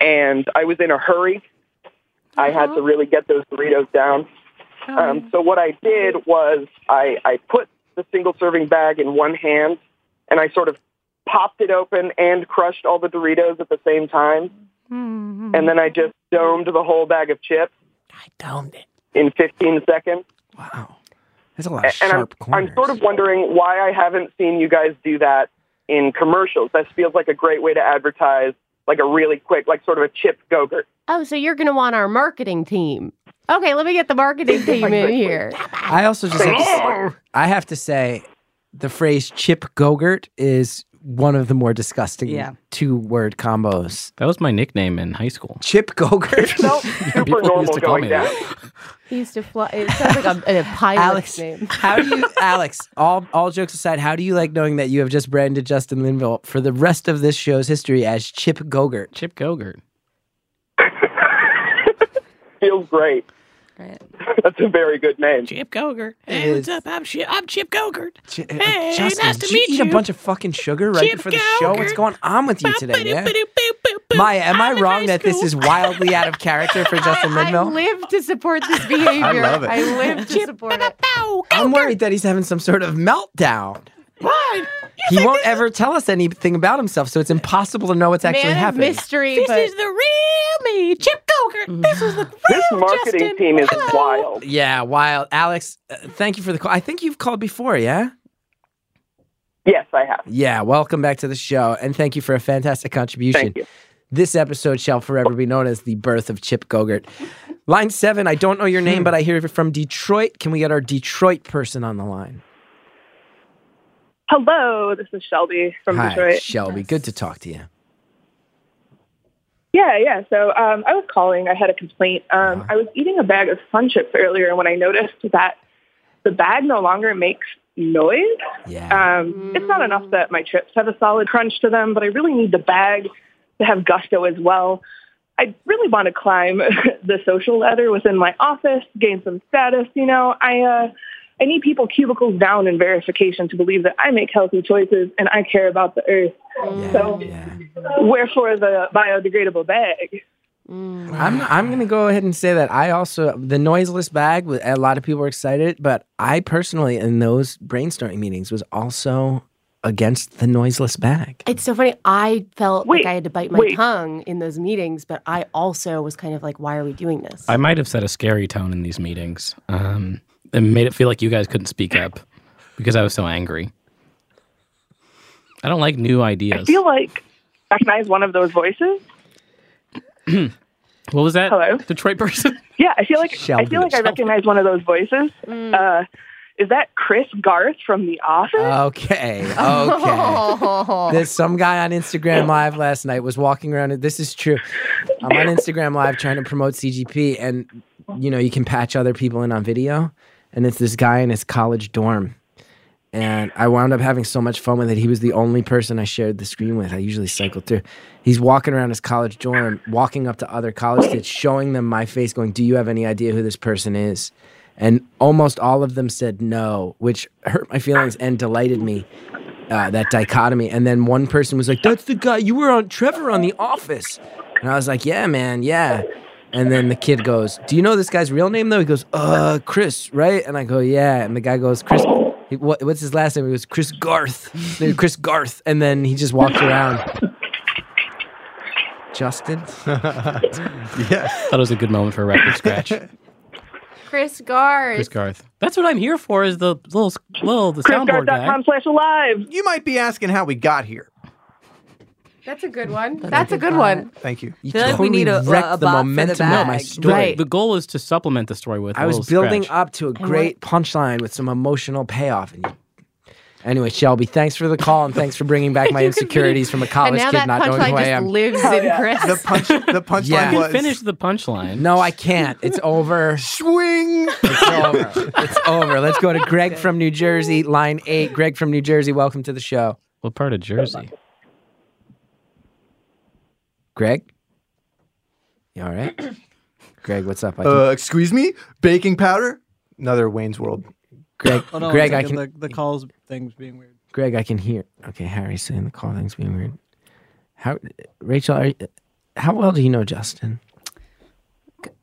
[SPEAKER 18] and I was in a hurry. I had to really get those Doritos down. Um, so what I did was I, I put the single serving bag in one hand, and I sort of popped it open and crushed all the Doritos at the same time, and then I just domed the whole bag of chips. Mm-hmm. I domed it in 15 seconds.
[SPEAKER 3] There's a lot of
[SPEAKER 18] A- and I'm,
[SPEAKER 3] sharp
[SPEAKER 18] I'm sort of wondering why I haven't seen you guys do that in commercials. That feels like a great way to advertise, like a really quick, like sort of a chip go-gurt.
[SPEAKER 2] Oh, so you're going to want our marketing team. Okay, let me get the marketing team in here.
[SPEAKER 3] I also just have to say, I have to say the phrase chip gogurt is one of the more disgusting
[SPEAKER 5] Yeah.
[SPEAKER 3] two word combos.
[SPEAKER 5] That was my nickname in high school.
[SPEAKER 3] Chip gogurt.
[SPEAKER 5] <laughs>
[SPEAKER 18] Super normal going down.
[SPEAKER 2] He used to fly. It sounds like a, a pilot's
[SPEAKER 3] Alex,
[SPEAKER 2] name.
[SPEAKER 3] How
[SPEAKER 5] <laughs>
[SPEAKER 3] do you, Alex? All all jokes aside, how do you like knowing that you have just branded Justin Linville for the rest of this show's history as Chip Gogurt?
[SPEAKER 5] Chip Gogurt.
[SPEAKER 18] Feels great.
[SPEAKER 17] <laughs>
[SPEAKER 18] That's a very good name. Chip Goger.
[SPEAKER 5] Hey, what's up? I'm Chip. I'm Chip Gogurt. hey,
[SPEAKER 3] uh, Justin,
[SPEAKER 5] nice
[SPEAKER 3] did
[SPEAKER 5] to meet
[SPEAKER 3] you.
[SPEAKER 5] you.
[SPEAKER 3] Eat a bunch of fucking sugar right
[SPEAKER 5] Chip
[SPEAKER 3] before the show. What's going on with you today, man? Maya, am I wrong that this is wildly out of character for Justin
[SPEAKER 2] I
[SPEAKER 3] Midmill?
[SPEAKER 2] live to support this behavior.
[SPEAKER 3] love it.
[SPEAKER 2] I live to support it.
[SPEAKER 3] I'm worried that he's having some sort of meltdown.
[SPEAKER 2] What?
[SPEAKER 3] He won't ever tell us anything about himself, so it's impossible to know what's actually
[SPEAKER 2] Man of
[SPEAKER 3] happening.
[SPEAKER 2] mystery.
[SPEAKER 9] This
[SPEAKER 2] but-
[SPEAKER 9] is the real me, Chip Gogurt. This is the
[SPEAKER 18] This marketing team is wild.
[SPEAKER 3] Yeah, wild. Alex, uh, thank you for the call. I think you've called before, yeah?
[SPEAKER 18] Yes, I have.
[SPEAKER 3] Yeah, welcome back to the show, and thank you for a fantastic contribution.
[SPEAKER 18] Thank you.
[SPEAKER 3] This episode shall forever be known as the birth of Chip Gogurt. Line seven, I don't know your name, but I hear you're from Detroit. Can we get our Detroit person on the line?
[SPEAKER 19] Hello, this is Shelby from
[SPEAKER 3] Hi,
[SPEAKER 19] Detroit.
[SPEAKER 3] Shelby. Good to talk to you.
[SPEAKER 19] Yeah, yeah. So um, I was calling. I had a complaint. Um, I was eating a bag of Sun Chips earlier when I noticed that the bag no longer makes noise. Yeah. Um, it's not enough that my chips have a solid crunch to them, but I really need the bag to have gusto as well. I really want to climb <laughs> the social ladder within my office, gain some status. You know, I uh, I need people cubicles down in verification to believe that I make healthy choices and I care about the earth. so, wherefore the biodegradable bag?
[SPEAKER 3] I'm I'm gonna go ahead and say that I also the noiseless bag. wa- A lot of people were excited, but I personally in those brainstorming meetings was also against the noiseless bag.
[SPEAKER 2] It's so funny. I felt like I had to bite my
[SPEAKER 5] wait.
[SPEAKER 2] tongue in those meetings, but I also was kind of like, why are we doing this?
[SPEAKER 5] I might have set a scary tone in these meetings. Um, and made it feel like you guys couldn't speak up because I was so angry. I don't like new
[SPEAKER 19] I
[SPEAKER 5] ideas.
[SPEAKER 19] feel like I recognize one of those voices.
[SPEAKER 5] <clears throat> what was that? Hello, Detroit person.
[SPEAKER 19] <laughs> Yeah, I feel like I
[SPEAKER 5] Shelby.
[SPEAKER 19] feel like I recognize one of those voices. Uh, is that Chris Garth from The Office?
[SPEAKER 3] Okay, <laughs> okay. There's some guy on Instagram Live last night was walking around. and This is true. I'm on Instagram Live trying to promote CGP, and you know you can patch other people in on video. And it's this guy in his college dorm, and I wound up having so much fun with it. He was the only person I shared the screen with. I usually cycle through. He's walking around his college dorm, walking up to other college kids, showing them my face, going, "Do you have any idea who this person is?" And almost all of them said no, which hurt my feelings and delighted me uh, that dichotomy. And then one person was like, "That's the guy you were on Trevor on The Office," and I was like, "Yeah, man, yeah." And then the kid goes, "Do you know this guy's real name though?" He goes, "Uh, Chris, right?" And I go, "Yeah." And the guy goes, "Chris, he, what, what's his last name?" He goes, "Chris Garth." No, Chris Garth. And then he just walked around. Justin.
[SPEAKER 5] yes. <laughs> Thought it was a good moment for a
[SPEAKER 19] <laughs>
[SPEAKER 5] record scratch.
[SPEAKER 2] <laughs> Chris Gard.
[SPEAKER 5] Chris Garth. That's what I'm here for. Is the little little the soundboard guy.
[SPEAKER 19] slash alive.
[SPEAKER 4] You might be asking how we got here.
[SPEAKER 2] That's a good one. That's a good
[SPEAKER 7] thought.
[SPEAKER 2] one.
[SPEAKER 4] Thank you.
[SPEAKER 7] feel like we need a-
[SPEAKER 5] wrecked
[SPEAKER 7] a bot for the bag. Right.
[SPEAKER 5] The goal is to supplement the story with.
[SPEAKER 3] I was building up to a
[SPEAKER 5] And
[SPEAKER 3] great punchline with some emotional payoff. And you... Anyway, Shelby, thanks for the call and thanks for
[SPEAKER 2] <laughs>
[SPEAKER 3] bringing back my insecurities from a college
[SPEAKER 2] and now
[SPEAKER 3] kid
[SPEAKER 2] that
[SPEAKER 3] not knowing
[SPEAKER 2] punchline
[SPEAKER 3] who I
[SPEAKER 2] just
[SPEAKER 3] am.
[SPEAKER 2] lives in Chris.
[SPEAKER 4] Oh, The punch, the punchline
[SPEAKER 3] <laughs> Yeah. You can
[SPEAKER 4] was
[SPEAKER 3] finish
[SPEAKER 5] the punchline.
[SPEAKER 3] No, I can't. It's
[SPEAKER 4] <laughs>
[SPEAKER 3] over.
[SPEAKER 4] Swing.
[SPEAKER 3] It's over. It's over. Let's go to Greg from New Jersey, line eight. Greg from New Jersey, welcome to the show.
[SPEAKER 5] What part of Jersey?
[SPEAKER 3] Greg? You all right? <clears throat> Greg, what's up? I can-
[SPEAKER 4] Uh, excuse me, baking powder. Another Wayne's World.
[SPEAKER 3] Greg,
[SPEAKER 4] Hold on one
[SPEAKER 3] Greg, I
[SPEAKER 4] second,
[SPEAKER 3] can.
[SPEAKER 4] the-
[SPEAKER 6] calls things being weird.
[SPEAKER 3] Greg, I can hear. Okay, Harry's saying the call thing's being weird. How, Rachel? Are you, how well do you know Justin?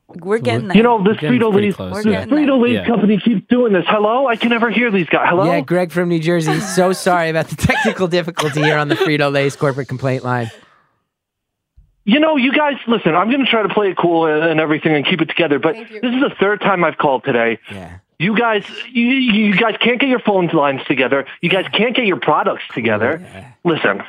[SPEAKER 7] We're getting there.
[SPEAKER 16] You know, this Frito Lay
[SPEAKER 7] We're
[SPEAKER 16] this
[SPEAKER 7] getting there.
[SPEAKER 16] Frito Lay
[SPEAKER 3] Yeah.
[SPEAKER 16] company keeps doing this. Hello, I can never hear these guys. Hello.
[SPEAKER 3] Yeah, Greg from New Jersey. <laughs> So sorry about the technical difficulty here on the Frito Lay's corporate complaint line.
[SPEAKER 16] You know, you guys, listen, I'm going to try to play it cool and, and everything and keep it together, but this is the third time I've called today.
[SPEAKER 3] Yeah.
[SPEAKER 16] You guys, you, you guys can't get your phone lines together. You guys can't get your products together. Listen,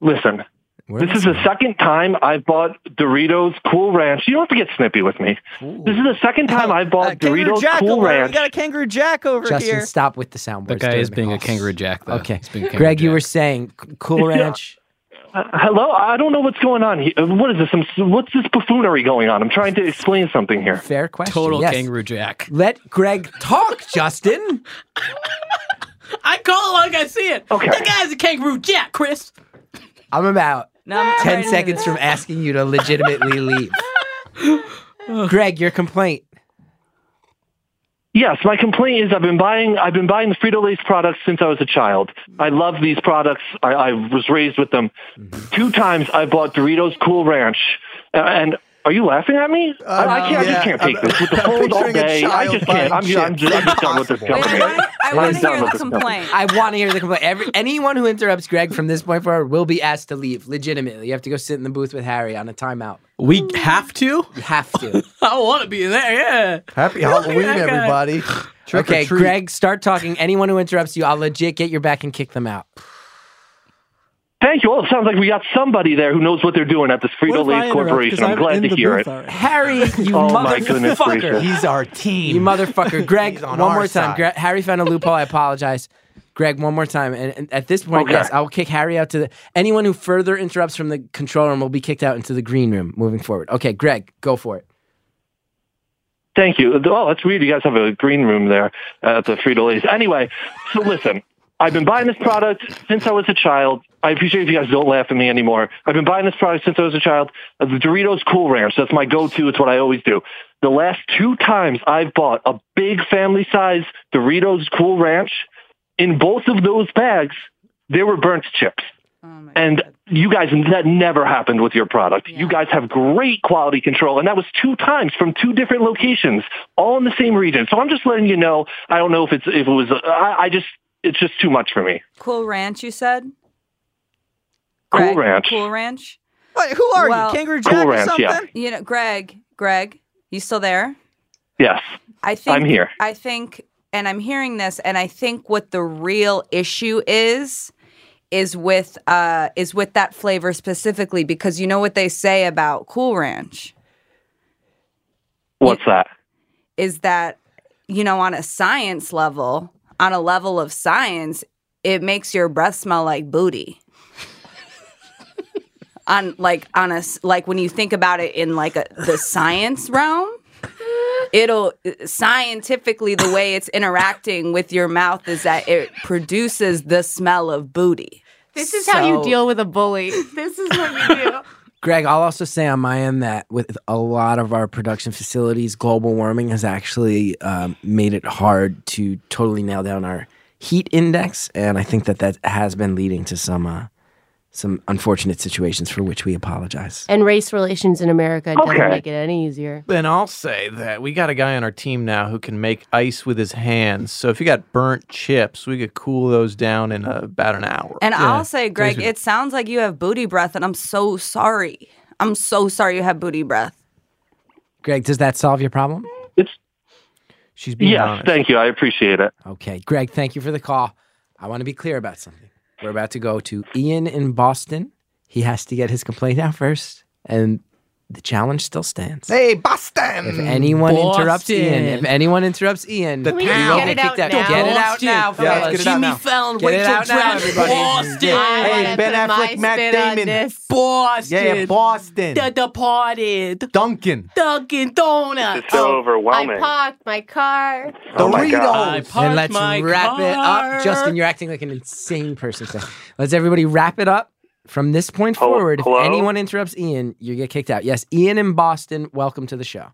[SPEAKER 16] listen. this is the second time I've bought Doritos Cool Ranch. You don't have to get snippy with me. This is the second time I've
[SPEAKER 6] <laughs>
[SPEAKER 16] bought Doritos Cool Ranch.
[SPEAKER 6] got a kangaroo jack over
[SPEAKER 3] Justin,
[SPEAKER 6] here.
[SPEAKER 3] stop with the soundboard.
[SPEAKER 5] The guy is being a kangaroo jack, though.
[SPEAKER 3] Okay.
[SPEAKER 5] He's being a
[SPEAKER 3] Greg, you were saying C- Cool
[SPEAKER 16] It's not-
[SPEAKER 3] Ranch.
[SPEAKER 16] Uh, hello, I don't know what's going on here. What is this? I'm, what's this buffoonery going on? I'm trying to explain something here.
[SPEAKER 3] Fair question.
[SPEAKER 5] Total
[SPEAKER 3] yes.
[SPEAKER 5] kangaroo jack.
[SPEAKER 3] Let Greg talk, Justin.
[SPEAKER 5] I call it like I see it.
[SPEAKER 16] Okay.
[SPEAKER 5] That guy's a kangaroo jack, Chris.
[SPEAKER 3] I'm about
[SPEAKER 7] No, I'm- I'm
[SPEAKER 3] ten
[SPEAKER 7] ready to
[SPEAKER 3] seconds from asking you
[SPEAKER 5] <laughs>
[SPEAKER 3] to legitimately leave. Greg, your complaint.
[SPEAKER 16] Yes, my complaint is I've been buying I've been buying the Frito Lay products since I was a child. I love these products. I, I was raised with them. Two times I bought Doritos Cool Ranch, uh, and are you laughing at me? I, I can't. I just can't take this with the cold all day. I just can't. I'm, I'm just, I'm just done with this company. I'm done with this company.
[SPEAKER 3] I want to hear the complaint. Every, anyone who interrupts Greg from this point forward will be asked to leave. Legitimately, you have to go sit in the booth with Harry on a timeout.
[SPEAKER 5] We have to. You
[SPEAKER 3] have to.
[SPEAKER 5] I want to be in there. Yeah. <laughs>
[SPEAKER 4] Happy
[SPEAKER 5] Look at
[SPEAKER 4] Halloween,
[SPEAKER 5] that guy.
[SPEAKER 4] everybody. Trick or
[SPEAKER 3] okay,
[SPEAKER 4] treat.
[SPEAKER 3] Greg, start talking. Anyone who interrupts you, I'll legit get your back and kick them out.
[SPEAKER 16] Thank you. Well, it sounds like we got somebody there who knows what they're doing at this Frito Lay Corporation. I'm glad to hear it.
[SPEAKER 3] Harry,
[SPEAKER 16] <laughs>
[SPEAKER 3] you
[SPEAKER 16] Oh, my goodness
[SPEAKER 3] motherfucker.
[SPEAKER 16] gracious. He's
[SPEAKER 3] our team. You motherfucker. Greg,
[SPEAKER 4] on
[SPEAKER 3] one
[SPEAKER 4] our
[SPEAKER 3] more time.
[SPEAKER 4] side.
[SPEAKER 3] Gre- Harry found a loophole. I apologize. Greg, one more time. And, and at this point,
[SPEAKER 4] Okay.
[SPEAKER 3] yes, I will kick Harry out to the. Anyone who further interrupts from the control room will be kicked out into the green room moving forward. Okay, Greg, go for it.
[SPEAKER 16] Thank you. Oh, that's weird. You guys have a green room there at the Frito Lay's. Anyway, so listen, I've been buying this product since I was a child. I appreciate if you guys don't laugh at me anymore. I've been buying this product since I was a child. Uh, The Doritos Cool Ranch. That's my go-to. It's what I always do. The last two times I've bought a big family-size Doritos Cool Ranch, in both of those bags, there were burnt chips. and you guys, that never happened with your product. You guys have great quality control. And that was two times from two different locations, all in the same region. So I'm just letting you know. I don't know if it's, if it was, I, I just, it's just too much for me.
[SPEAKER 7] Cool Ranch, you said?
[SPEAKER 16] Cool
[SPEAKER 7] Greg,
[SPEAKER 16] Ranch.
[SPEAKER 7] Cool Ranch.
[SPEAKER 6] Wait, who are you, Kangaroo Jack Cool or Ranch, yeah. something?
[SPEAKER 7] You know, Greg, Greg, you still there?
[SPEAKER 16] Yes.
[SPEAKER 7] I think
[SPEAKER 16] I'm here.
[SPEAKER 7] I think, and I'm hearing this, and I think what the real issue is is with uh is with that flavor specifically because you know what they say about Cool Ranch
[SPEAKER 16] What's that?
[SPEAKER 7] is that you know on a science level, on a level of science, it makes your breath smell like booty. <laughs> on like on a s- like when you think about it in like a, the science realm it'll scientifically the way it's interacting with your mouth is that it produces the smell of booty.
[SPEAKER 2] This is how you
[SPEAKER 7] So-
[SPEAKER 2] deal with a bully. <laughs> This is what you do.
[SPEAKER 3] Greg, I'll also say on my end that with a lot of our production facilities, global warming has actually um, made it hard to totally nail down our heat index, and I think that that has been leading to some uh, some unfortunate situations for which we apologize.
[SPEAKER 2] And race relations in America doesn't
[SPEAKER 4] Okay.
[SPEAKER 2] make it any easier.
[SPEAKER 4] And I'll say that we got a guy on our team now who can make ice with his hands. So if you got burnt chips, we could cool those down in uh, about an hour.
[SPEAKER 7] And I'll say, Greg, it sounds like you have booty breath, and I'm so sorry. I'm so sorry you have booty breath.
[SPEAKER 3] Greg, does that solve your problem?
[SPEAKER 16] It's
[SPEAKER 3] she's being
[SPEAKER 16] Yes.
[SPEAKER 3] honest.
[SPEAKER 16] Thank you. I appreciate it.
[SPEAKER 3] Okay, Greg, thank you for the call. I want to be clear about something. We're about to go to Ian in Boston. He has to get his complaint out first, and the challenge still stands.
[SPEAKER 4] Hey, Boston!
[SPEAKER 3] If anyone interrupts Ian, if anyone interrupts Ian,
[SPEAKER 4] The
[SPEAKER 3] you
[SPEAKER 4] town.
[SPEAKER 3] will
[SPEAKER 4] Get it
[SPEAKER 3] kick
[SPEAKER 4] out
[SPEAKER 3] that-
[SPEAKER 4] now.
[SPEAKER 3] Get it out
[SPEAKER 4] Boston.
[SPEAKER 3] now,
[SPEAKER 4] Yeah, let's
[SPEAKER 3] fellas.
[SPEAKER 4] get it out Jimmy now. Fallon,
[SPEAKER 3] Get it
[SPEAKER 4] Rachel
[SPEAKER 3] out now,
[SPEAKER 4] Dratch,
[SPEAKER 3] everybody.
[SPEAKER 4] Boston.
[SPEAKER 3] Yeah.
[SPEAKER 4] Hey, Ben Affleck, Matt Damon.
[SPEAKER 5] Boston.
[SPEAKER 4] Yeah, Boston.
[SPEAKER 5] The Departed.
[SPEAKER 4] Duncan.
[SPEAKER 5] Dunkin' Donuts.
[SPEAKER 4] It's so
[SPEAKER 5] Oh,
[SPEAKER 4] overwhelming.
[SPEAKER 2] I parked my car.
[SPEAKER 4] Oh
[SPEAKER 3] and let's wrap it up. Justin, you're acting like an insane person. today. let's everybody wrap it up. From this point forward,
[SPEAKER 4] hello?
[SPEAKER 3] if anyone interrupts Ian, you get kicked out. Yes, Ian in Boston, welcome to the show.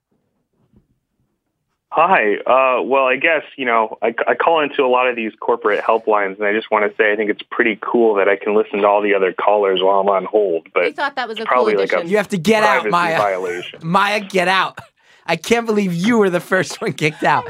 [SPEAKER 20] Hi. Uh, well, I guess, you know, I, I call into a lot of these corporate helplines, and I just want to say I think it's pretty cool that I can listen to all the other callers while I'm on hold.
[SPEAKER 2] We
[SPEAKER 20] But
[SPEAKER 2] thought that was a cool
[SPEAKER 20] probably like
[SPEAKER 2] addition.
[SPEAKER 20] a
[SPEAKER 3] You have to get out,
[SPEAKER 20] privacy
[SPEAKER 3] Maya.
[SPEAKER 20] violation.
[SPEAKER 3] Maya, get out. I can't believe you were the first one kicked out.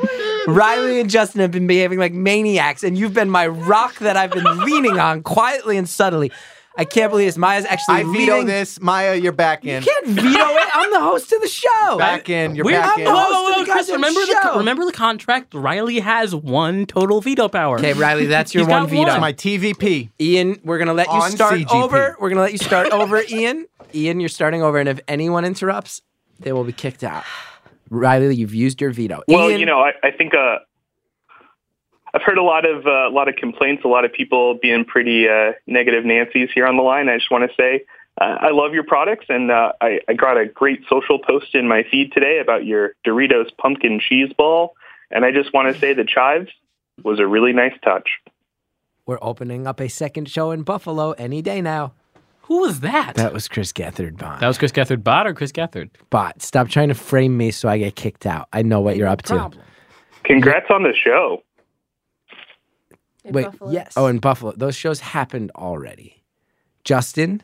[SPEAKER 3] Riley and Justin have been behaving like maniacs, and you've been my rock that I've been leaning on quietly and subtly. I can't believe this. Maya's actually
[SPEAKER 4] I veto
[SPEAKER 3] leading-
[SPEAKER 4] this. Maya, you're back in.
[SPEAKER 3] You can't veto it. I'm the host of
[SPEAKER 4] <laughs>
[SPEAKER 3] the show.
[SPEAKER 4] Back in. You're
[SPEAKER 5] We're-
[SPEAKER 4] back in.
[SPEAKER 5] Whoa, whoa, whoa, Chris,
[SPEAKER 3] goddamn
[SPEAKER 5] remember the,
[SPEAKER 3] show.
[SPEAKER 5] co- remember the contract? Riley has one total veto power.
[SPEAKER 3] Okay,
[SPEAKER 5] <laughs>
[SPEAKER 3] Riley, that's your
[SPEAKER 5] He's
[SPEAKER 3] one
[SPEAKER 5] got
[SPEAKER 3] veto.
[SPEAKER 5] one.
[SPEAKER 4] TVP.
[SPEAKER 3] Ian, we're gonna let you
[SPEAKER 5] On
[SPEAKER 3] start
[SPEAKER 5] CGP.
[SPEAKER 3] over. We're gonna let you start
[SPEAKER 4] <laughs>
[SPEAKER 3] over, Ian. Ian, you're starting over, and if anyone interrupts, they will be kicked out. Riley, you've used your veto.
[SPEAKER 20] Well,
[SPEAKER 3] Ian,
[SPEAKER 20] you know, I, I think uh, I've heard a lot of uh, a lot of complaints, a lot of people being pretty uh, negative Nancy's here on the line. I just want to say uh, I love your products, and uh, I, I got a great social post in my feed today about your Doritos pumpkin cheese ball, and I just want to say the chives was a really nice touch.
[SPEAKER 3] we're opening up a second show in Buffalo any day now.
[SPEAKER 5] Who was that?
[SPEAKER 3] That was Chris Gethard Bond.
[SPEAKER 5] That was Chris Gethard Bot or Chris Gethard?
[SPEAKER 3] Bot, stop trying to frame me so I get kicked out. I know what you're up to.
[SPEAKER 20] Congrats on the show.
[SPEAKER 3] Wait, yes. Oh, in Buffalo, those shows happened already. Justin,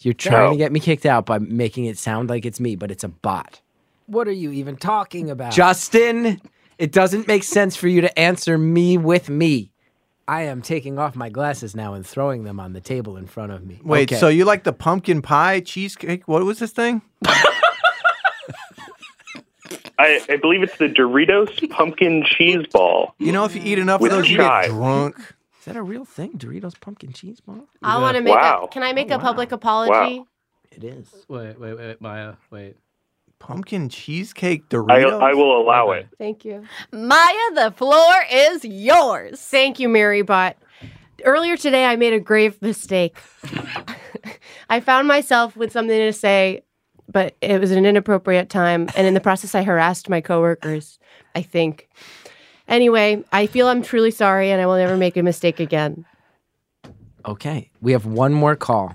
[SPEAKER 3] you're
[SPEAKER 9] No.
[SPEAKER 3] trying to get me kicked out by making it sound like it's me, but it's a bot.
[SPEAKER 9] What are you even talking
[SPEAKER 5] Ah.
[SPEAKER 9] about?
[SPEAKER 3] Justin, it doesn't make sense for you to answer me with me.
[SPEAKER 9] I am taking off my glasses now and throwing them on the table in front of me.
[SPEAKER 4] Wait, so you like the pumpkin pie cheesecake? What was this thing?
[SPEAKER 20] I, I believe it's the Doritos Pumpkin Cheese Ball.
[SPEAKER 4] You know, if you eat enough
[SPEAKER 20] with
[SPEAKER 4] of those, you
[SPEAKER 20] chive.
[SPEAKER 4] get drunk.
[SPEAKER 3] Is that a real thing? Doritos pumpkin cheese ball?
[SPEAKER 2] I
[SPEAKER 3] Yeah.
[SPEAKER 2] want to make.
[SPEAKER 4] Wow.
[SPEAKER 2] A, can I make a public apology?
[SPEAKER 3] It is.
[SPEAKER 5] Wait, wait, wait, Maya, wait.
[SPEAKER 4] Pumpkin cheesecake
[SPEAKER 20] I,
[SPEAKER 4] Doritos.
[SPEAKER 20] I will allow it.
[SPEAKER 2] Thank you.
[SPEAKER 7] Maya, the floor is yours.
[SPEAKER 2] Thank you, Mary Bot. Earlier today, I made a grave mistake. <laughs> I found myself with something to say, but it was an inappropriate time. And in the process, I harassed my coworkers, I think. Anyway, I feel I'm truly sorry and I will never make a mistake again.
[SPEAKER 3] Okay. We have one more call.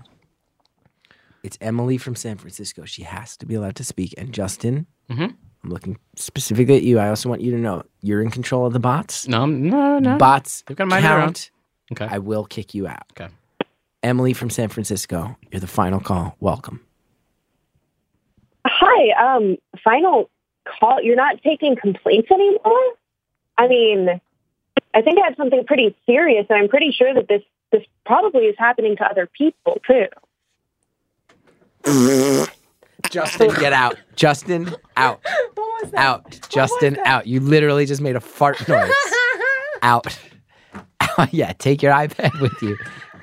[SPEAKER 3] It's Emily from San Francisco. She has to be allowed to speak. And Justin,
[SPEAKER 4] Mm-hmm.
[SPEAKER 5] Mhm.
[SPEAKER 3] I'm looking specifically at you. I also want you to know you're in control of the bots.
[SPEAKER 5] No, I'm- no, no.
[SPEAKER 3] Bots
[SPEAKER 5] They've got to mind their own.
[SPEAKER 3] count. Okay. I will kick you out.
[SPEAKER 5] Okay.
[SPEAKER 3] Emily from San Francisco, you're the final call. Welcome.
[SPEAKER 21] Hi. Um, final call. You're not taking complaints anymore. I mean, I think I have something pretty serious, and I'm pretty sure that this this probably is happening to other people too.
[SPEAKER 2] <laughs>
[SPEAKER 3] Justin, get out. Justin, out. Out. Justin, out. You literally just made
[SPEAKER 2] <laughs>
[SPEAKER 3] a fart noise. out. <laughs> yeah, take your iPad with you.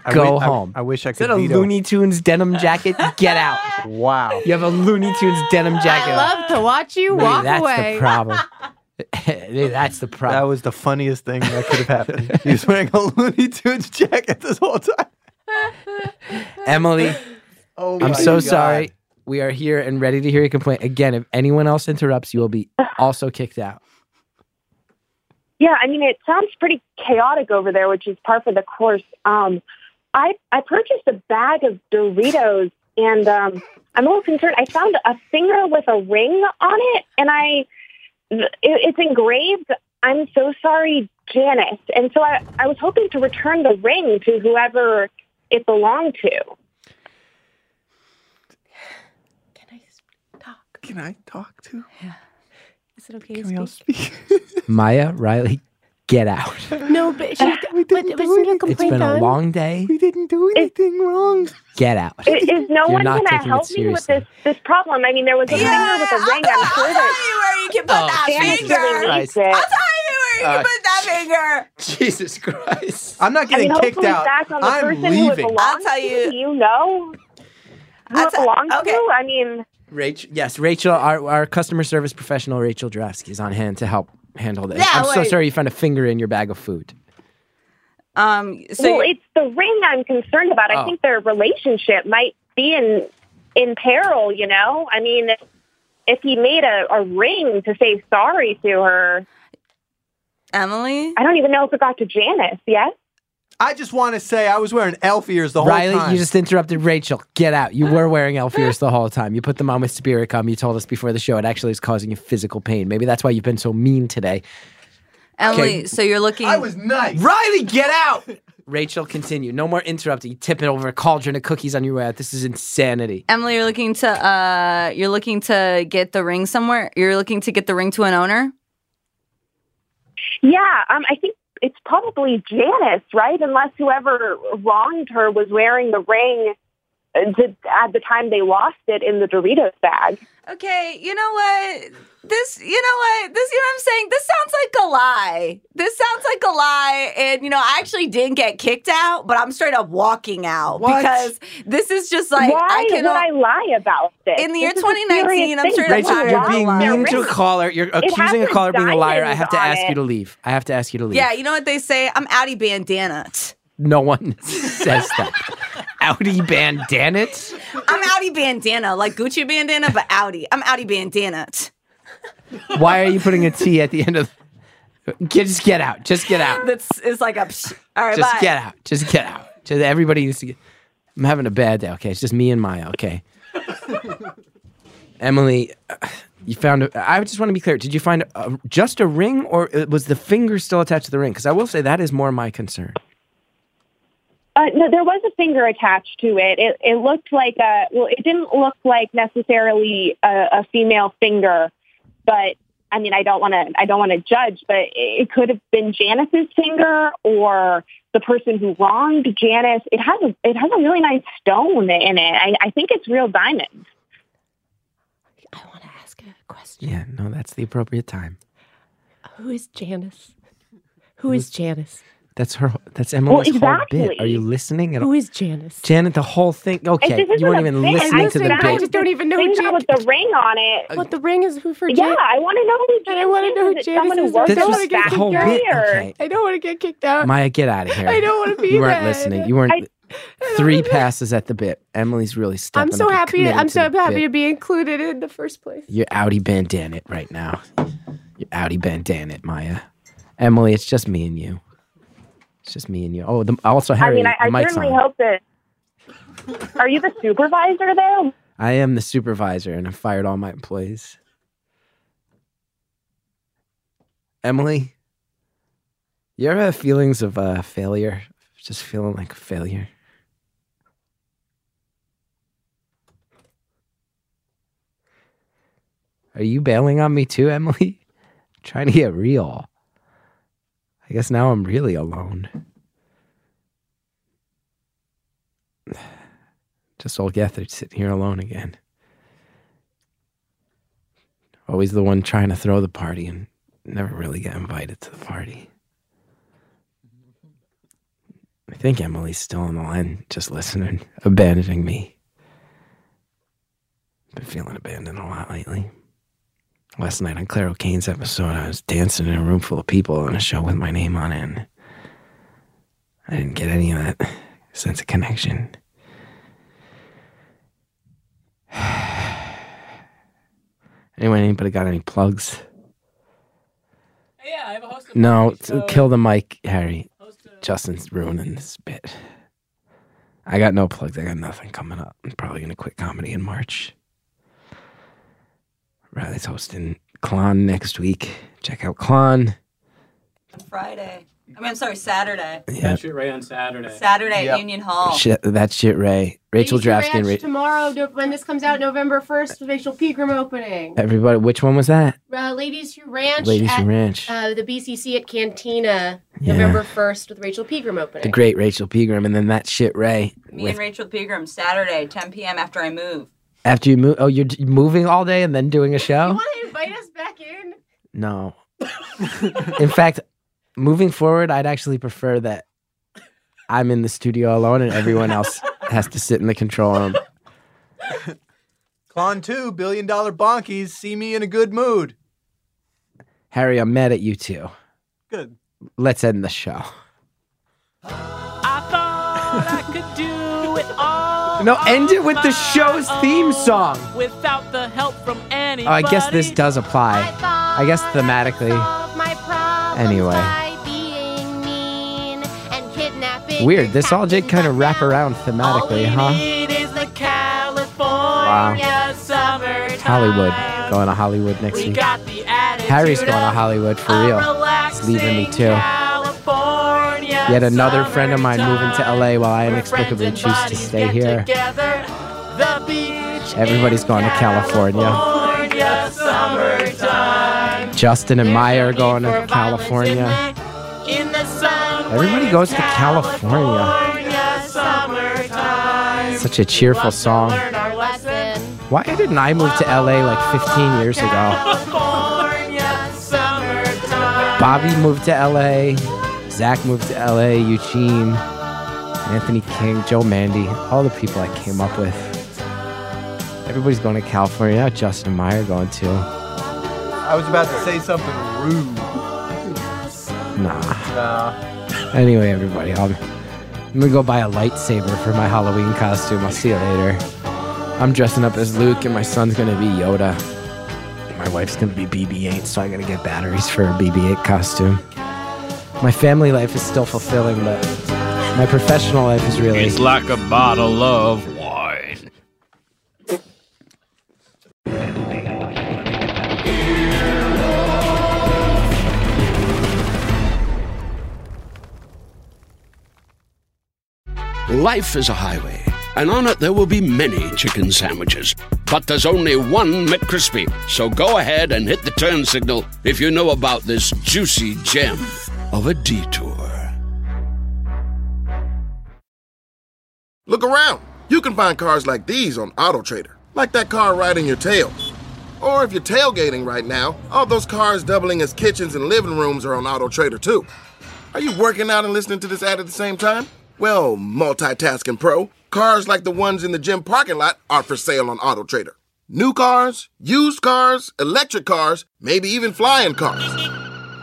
[SPEAKER 4] I
[SPEAKER 3] Go
[SPEAKER 4] wi- I-
[SPEAKER 3] home.
[SPEAKER 4] I, wish I
[SPEAKER 3] Is that
[SPEAKER 4] could.
[SPEAKER 3] a
[SPEAKER 4] veto.
[SPEAKER 3] Looney Tunes denim jacket? Get out.
[SPEAKER 4] <laughs> wow.
[SPEAKER 3] You have a Looney Tunes denim
[SPEAKER 2] I
[SPEAKER 3] jacket. on.
[SPEAKER 2] love to watch you
[SPEAKER 3] Maybe
[SPEAKER 2] walk
[SPEAKER 3] that's
[SPEAKER 2] away.
[SPEAKER 3] the problem. Maybe that's the problem.
[SPEAKER 4] That was the funniest thing that could have happened. He was wearing a Looney Tunes jacket this whole time.
[SPEAKER 3] Emily,
[SPEAKER 4] Oh my
[SPEAKER 3] I'm so
[SPEAKER 4] God.
[SPEAKER 3] sorry. We are here and ready to hear your complaint. Again, if anyone else interrupts, you will be also kicked out.
[SPEAKER 21] Yeah, I mean, it sounds pretty chaotic over there, which is par for the course. Um, I I purchased a bag of Doritos, and um, I'm a little concerned. I found a finger with a ring on it, and I th- it, it's engraved. I'm so sorry, Janice. And so I I was hoping to return the ring to whoever it belonged to.
[SPEAKER 4] Can I talk to?
[SPEAKER 2] Yeah. Is it okay
[SPEAKER 4] Can
[SPEAKER 2] to
[SPEAKER 4] we all
[SPEAKER 2] speak?
[SPEAKER 3] Maya, Riley, get out.
[SPEAKER 2] <laughs> No, but
[SPEAKER 4] <laughs>
[SPEAKER 2] she, but, but isn't a complaint
[SPEAKER 3] It's been a
[SPEAKER 2] on?
[SPEAKER 3] long day.
[SPEAKER 4] We didn't do anything wrong.
[SPEAKER 3] Get out.
[SPEAKER 21] Is, is no
[SPEAKER 3] You're
[SPEAKER 21] one
[SPEAKER 3] not
[SPEAKER 21] going to
[SPEAKER 3] taking it
[SPEAKER 21] help me
[SPEAKER 2] <laughs>
[SPEAKER 21] with this this problem? I mean, there was a finger with a ring. I'm sure that you where you can put
[SPEAKER 3] that finger. Christ.
[SPEAKER 21] It.
[SPEAKER 3] Uh,
[SPEAKER 21] that finger.
[SPEAKER 3] <laughs> Jesus Christ.
[SPEAKER 4] I'm not
[SPEAKER 21] I
[SPEAKER 4] getting
[SPEAKER 21] mean,
[SPEAKER 4] kicked
[SPEAKER 21] hopefully
[SPEAKER 4] out.
[SPEAKER 21] That's on the
[SPEAKER 4] I'm
[SPEAKER 21] person Who it
[SPEAKER 4] leaving.
[SPEAKER 21] belongs
[SPEAKER 7] I'll tell
[SPEAKER 21] to. Do you know who it belongs to? I mean,
[SPEAKER 3] Rachel, yes, Rachel, our, our customer service professional, Rachel Drafsky, is on hand to help handle this.
[SPEAKER 7] Yeah,
[SPEAKER 3] I'm so
[SPEAKER 7] wait.
[SPEAKER 3] sorry you found a finger in your bag of food.
[SPEAKER 7] Um,
[SPEAKER 21] well, it's the ring I'm concerned about. I
[SPEAKER 3] Oh.
[SPEAKER 21] think their relationship might be in in peril. You know, I mean, if he made a, a ring to say sorry to her,
[SPEAKER 7] Emily,
[SPEAKER 21] I don't even know if it got to Janice. Yes.
[SPEAKER 4] I just want to say I was wearing elf ears the whole
[SPEAKER 3] Riley,
[SPEAKER 4] time.
[SPEAKER 3] you just interrupted Rachel. Get out. You were wearing elf ears the whole time. You put them on with spirit gum. You told us before the show it actually is causing you physical pain. Maybe that's why you've been so mean today.
[SPEAKER 7] Emily,
[SPEAKER 3] Okay.
[SPEAKER 7] so you're looking. I was
[SPEAKER 4] nice.
[SPEAKER 3] Riley, get out. <laughs> Rachel, continue. No more interrupting. You tip it over a cauldron of cookies on your way out. This is insanity.
[SPEAKER 7] Emily, you're looking to uh, you're looking to get the ring somewhere. You're looking to get the ring to an owner.
[SPEAKER 21] Yeah, um, I think it's probably Janice, right? Unless whoever wronged her was wearing the ring uh, to, at the time they lost it in the Doritos bag.
[SPEAKER 7] Okay, you know what? This, you know what? This, you know what I'm saying? This sounds like a lie. This sounds like a lie. And, you know, I actually didn't get kicked out, but I'm straight up walking out
[SPEAKER 21] What?
[SPEAKER 7] because this is just like,
[SPEAKER 21] Why
[SPEAKER 7] I
[SPEAKER 21] would
[SPEAKER 7] can
[SPEAKER 21] I lie about this?
[SPEAKER 7] In the year
[SPEAKER 21] This is a serious
[SPEAKER 7] 2019, I'm
[SPEAKER 21] thing.
[SPEAKER 7] straight up
[SPEAKER 3] Rachel,
[SPEAKER 7] walking
[SPEAKER 3] you're
[SPEAKER 7] out.
[SPEAKER 3] being mean to a caller. You're
[SPEAKER 7] It
[SPEAKER 3] accusing a
[SPEAKER 7] has
[SPEAKER 3] caller of being a liar. I
[SPEAKER 7] diamonds
[SPEAKER 3] have to
[SPEAKER 7] on
[SPEAKER 3] ask
[SPEAKER 7] it.
[SPEAKER 3] you to leave. I have to ask you to leave.
[SPEAKER 7] Yeah, you know what they say? I'm outie bandana.
[SPEAKER 3] No one <laughs> says that. Audi bandana.
[SPEAKER 7] I'm outie bandana, like Gucci bandana, but outie. I'm outie bandana.
[SPEAKER 3] Why are you putting a T at the end of? Get, just get out. Just get out.
[SPEAKER 7] <laughs> That's it's like a. Psh. All right,
[SPEAKER 3] just
[SPEAKER 7] bye.
[SPEAKER 3] get out. Just get out. Just, <laughs> everybody needs to get. I'm having a bad day. Okay, it's just me and Maya. Okay. Emily, uh, you found. A, I just want to be clear. Did you find a, just a ring, or uh, was the finger still attached to the ring? Because I will say that is more my concern.
[SPEAKER 21] Uh, no, there was a finger attached to it. It, it looked like a well, it didn't look like necessarily a, a female finger, but I mean, I don't want to, I don't want to judge, but it, it could have been Janice's finger or the person who wronged Janice. It has a, it has a really nice stone in it. I, I think it's real diamonds.
[SPEAKER 3] Yeah, no, that's the appropriate time.
[SPEAKER 2] Who is
[SPEAKER 3] <laughs>
[SPEAKER 2] Janice? Who is Janice?
[SPEAKER 3] That's her. That's Emily's whole
[SPEAKER 2] exactly.
[SPEAKER 3] bit. Are you listening at all?
[SPEAKER 2] Who is Janice?
[SPEAKER 3] Janet, the whole thing. Okay,
[SPEAKER 21] this isn't
[SPEAKER 3] you weren't
[SPEAKER 21] a
[SPEAKER 3] even
[SPEAKER 21] thing.
[SPEAKER 3] listening
[SPEAKER 21] This
[SPEAKER 3] to
[SPEAKER 21] is
[SPEAKER 3] the
[SPEAKER 21] not-
[SPEAKER 3] bit.
[SPEAKER 2] I just don't even know who
[SPEAKER 21] Thing
[SPEAKER 2] Janice.
[SPEAKER 21] with the ring on it.
[SPEAKER 2] What the ring is who for?
[SPEAKER 21] Yeah,
[SPEAKER 2] Janice.
[SPEAKER 21] I want to know who
[SPEAKER 2] And I want to know who
[SPEAKER 21] Janice is. Someone
[SPEAKER 2] Janice
[SPEAKER 21] who
[SPEAKER 2] is.
[SPEAKER 21] worked
[SPEAKER 2] I don't want
[SPEAKER 3] This
[SPEAKER 2] to
[SPEAKER 3] was
[SPEAKER 2] get
[SPEAKER 3] the
[SPEAKER 2] kicked
[SPEAKER 3] whole
[SPEAKER 2] out.
[SPEAKER 3] bit. Okay.
[SPEAKER 2] I don't want to get kicked out.
[SPEAKER 3] Maya, get out of here.
[SPEAKER 2] <laughs> I don't wanna be
[SPEAKER 3] You weren't
[SPEAKER 2] there.
[SPEAKER 3] listening. You weren't.
[SPEAKER 2] I- <laughs>
[SPEAKER 3] three passes at the bit. Emily's really stepping
[SPEAKER 2] I'm so
[SPEAKER 3] up and
[SPEAKER 2] happy.
[SPEAKER 3] committed
[SPEAKER 2] I'm
[SPEAKER 3] to
[SPEAKER 2] so
[SPEAKER 3] the
[SPEAKER 2] happy
[SPEAKER 3] bit.
[SPEAKER 2] to be included in the first place.
[SPEAKER 3] You're outie bandan it right now. You're outie bandan it, Maya. Emily, it's just me and you. It's just me and you. Oh, the, also
[SPEAKER 21] I
[SPEAKER 3] Harry,
[SPEAKER 21] mean, I,
[SPEAKER 3] the
[SPEAKER 21] I
[SPEAKER 3] mic's
[SPEAKER 21] certainly
[SPEAKER 3] on.
[SPEAKER 21] hope that. Are you the supervisor there?
[SPEAKER 3] I am the supervisor, and I fired all my employees. Emily, you ever have feelings of uh, failure? Just feeling like a failure. Are you bailing on me too, Emily? <laughs> trying to get real. I guess now I'm really alone. Just old Gethard sitting here alone again. Always the one trying to throw the party and never really get invited to the party. I think Emily's still on the line, just listening, <laughs> abandoning me. Been feeling abandoned a lot lately. Last night on Claire O'Kane's episode, I was dancing in a room full of people in a show with my name on it. and I didn't get any of that sense of connection. <sighs> Anyone, anybody got any plugs?
[SPEAKER 5] Yeah, I have a host.
[SPEAKER 3] No, t- kill the mic, Harry. Justin's ruining this bit. I got no plugs. I got nothing coming up. I'm probably going to quit comedy in March. Riley's hosting Klon next week. Check out Klon.
[SPEAKER 7] Friday. I mean, I'm sorry, Saturday.
[SPEAKER 3] Yeah.
[SPEAKER 5] Shoot right on Saturday.
[SPEAKER 7] Saturday at Union
[SPEAKER 5] Oh.
[SPEAKER 7] Hall.
[SPEAKER 3] Shit, that shit, Ray. Rachel Draftskin.
[SPEAKER 2] Ranch
[SPEAKER 3] Ra-
[SPEAKER 2] tomorrow, no- when this comes out, November 1st, Rachel Pegram opening.
[SPEAKER 3] everybody, which one was that?
[SPEAKER 2] Uh, Ladies Who Ranch
[SPEAKER 3] Ladies
[SPEAKER 2] at
[SPEAKER 3] Who Ranch.
[SPEAKER 2] Uh, the BCC at Cantina,
[SPEAKER 3] Yeah.
[SPEAKER 2] November 1st with Rachel Pegram opening.
[SPEAKER 3] The great Rachel Pegram, and then that shit, Ray.
[SPEAKER 7] Me
[SPEAKER 3] with-
[SPEAKER 7] and Rachel Pegram, Saturday, 10 p.m. after I move.
[SPEAKER 3] after you move, oh, you're d- moving all day and then doing a show?
[SPEAKER 2] Invite us back in.
[SPEAKER 3] No. in fact, moving forward, I'd actually prefer that I'm in the studio alone and everyone else has to sit in the control room.
[SPEAKER 4] Con 2, billion dollar bonkies, see me in a good mood.
[SPEAKER 3] Harry, I'm mad at you two.
[SPEAKER 4] Good.
[SPEAKER 3] Let's end the show.
[SPEAKER 5] I thought I could do it all.
[SPEAKER 3] No, end it with the
[SPEAKER 5] on
[SPEAKER 3] show's
[SPEAKER 5] my
[SPEAKER 3] theme
[SPEAKER 5] own
[SPEAKER 3] song.
[SPEAKER 5] Without the help from anybody.
[SPEAKER 3] Oh, I guess this does apply. I guess thematically. Anyway,
[SPEAKER 8] Being mean and kidnapping.
[SPEAKER 3] weird. This all did kind of wrap around thematically, huh?
[SPEAKER 5] It is the California summertime.
[SPEAKER 3] Hollywood. Going to Hollywood next
[SPEAKER 5] We
[SPEAKER 3] week.
[SPEAKER 5] got the attitude
[SPEAKER 3] Harry's going to
[SPEAKER 5] of
[SPEAKER 3] Hollywood for
[SPEAKER 5] a
[SPEAKER 3] real. He's
[SPEAKER 5] relaxing
[SPEAKER 3] leaving me too.
[SPEAKER 5] California
[SPEAKER 3] Yet another friend of mine moving to LA while I inexplicably choose to stay here.
[SPEAKER 5] together. The beach.
[SPEAKER 3] Everybody's going to California.
[SPEAKER 5] California summertime.
[SPEAKER 3] Justin and Maya are going to California.
[SPEAKER 5] In the sun.
[SPEAKER 3] Everybody goes to California.
[SPEAKER 5] California summertime.
[SPEAKER 3] Such a cheerful song.
[SPEAKER 5] Learn our lesson.
[SPEAKER 3] Why didn't I move to LA like 15 years ago?
[SPEAKER 5] California summertime.
[SPEAKER 3] Bobby moved to LA. Zach moved to LA. Eugene, Anthony King, Joe Mandy, all the people I came up with. Everybody's going to California. Now Justin and Meyer going to.
[SPEAKER 4] I was about to say something rude.
[SPEAKER 3] Nah.
[SPEAKER 4] Nah.
[SPEAKER 3] Anyway, everybody, I'm, I'm gonna go buy a lightsaber for my Halloween costume. I'll see you later. I'm dressing up as Luke, and my son's gonna be Yoda. My wife's gonna be BB 8, so I'm gonna get batteries for a BB 8 costume. My family life is still fulfilling, but my professional life is really.
[SPEAKER 10] It's like a bottle of wine.
[SPEAKER 1] Life is a highway, and on it there will be many chicken sandwiches. But there's only one McCrispy. So go ahead and hit the turn signal if you know about this juicy gem of a detour.
[SPEAKER 10] Look around. You can find cars like these on AutoTrader, like that car right in your tail. Or if you're tailgating right now, all those cars doubling as kitchens and living rooms are on AutoTrader too. Are you working out and listening to this ad at the same time? Well, multitasking pro, cars like the ones in the gym parking lot are for sale on AutoTrader. New cars, used cars, electric cars, maybe even flying cars.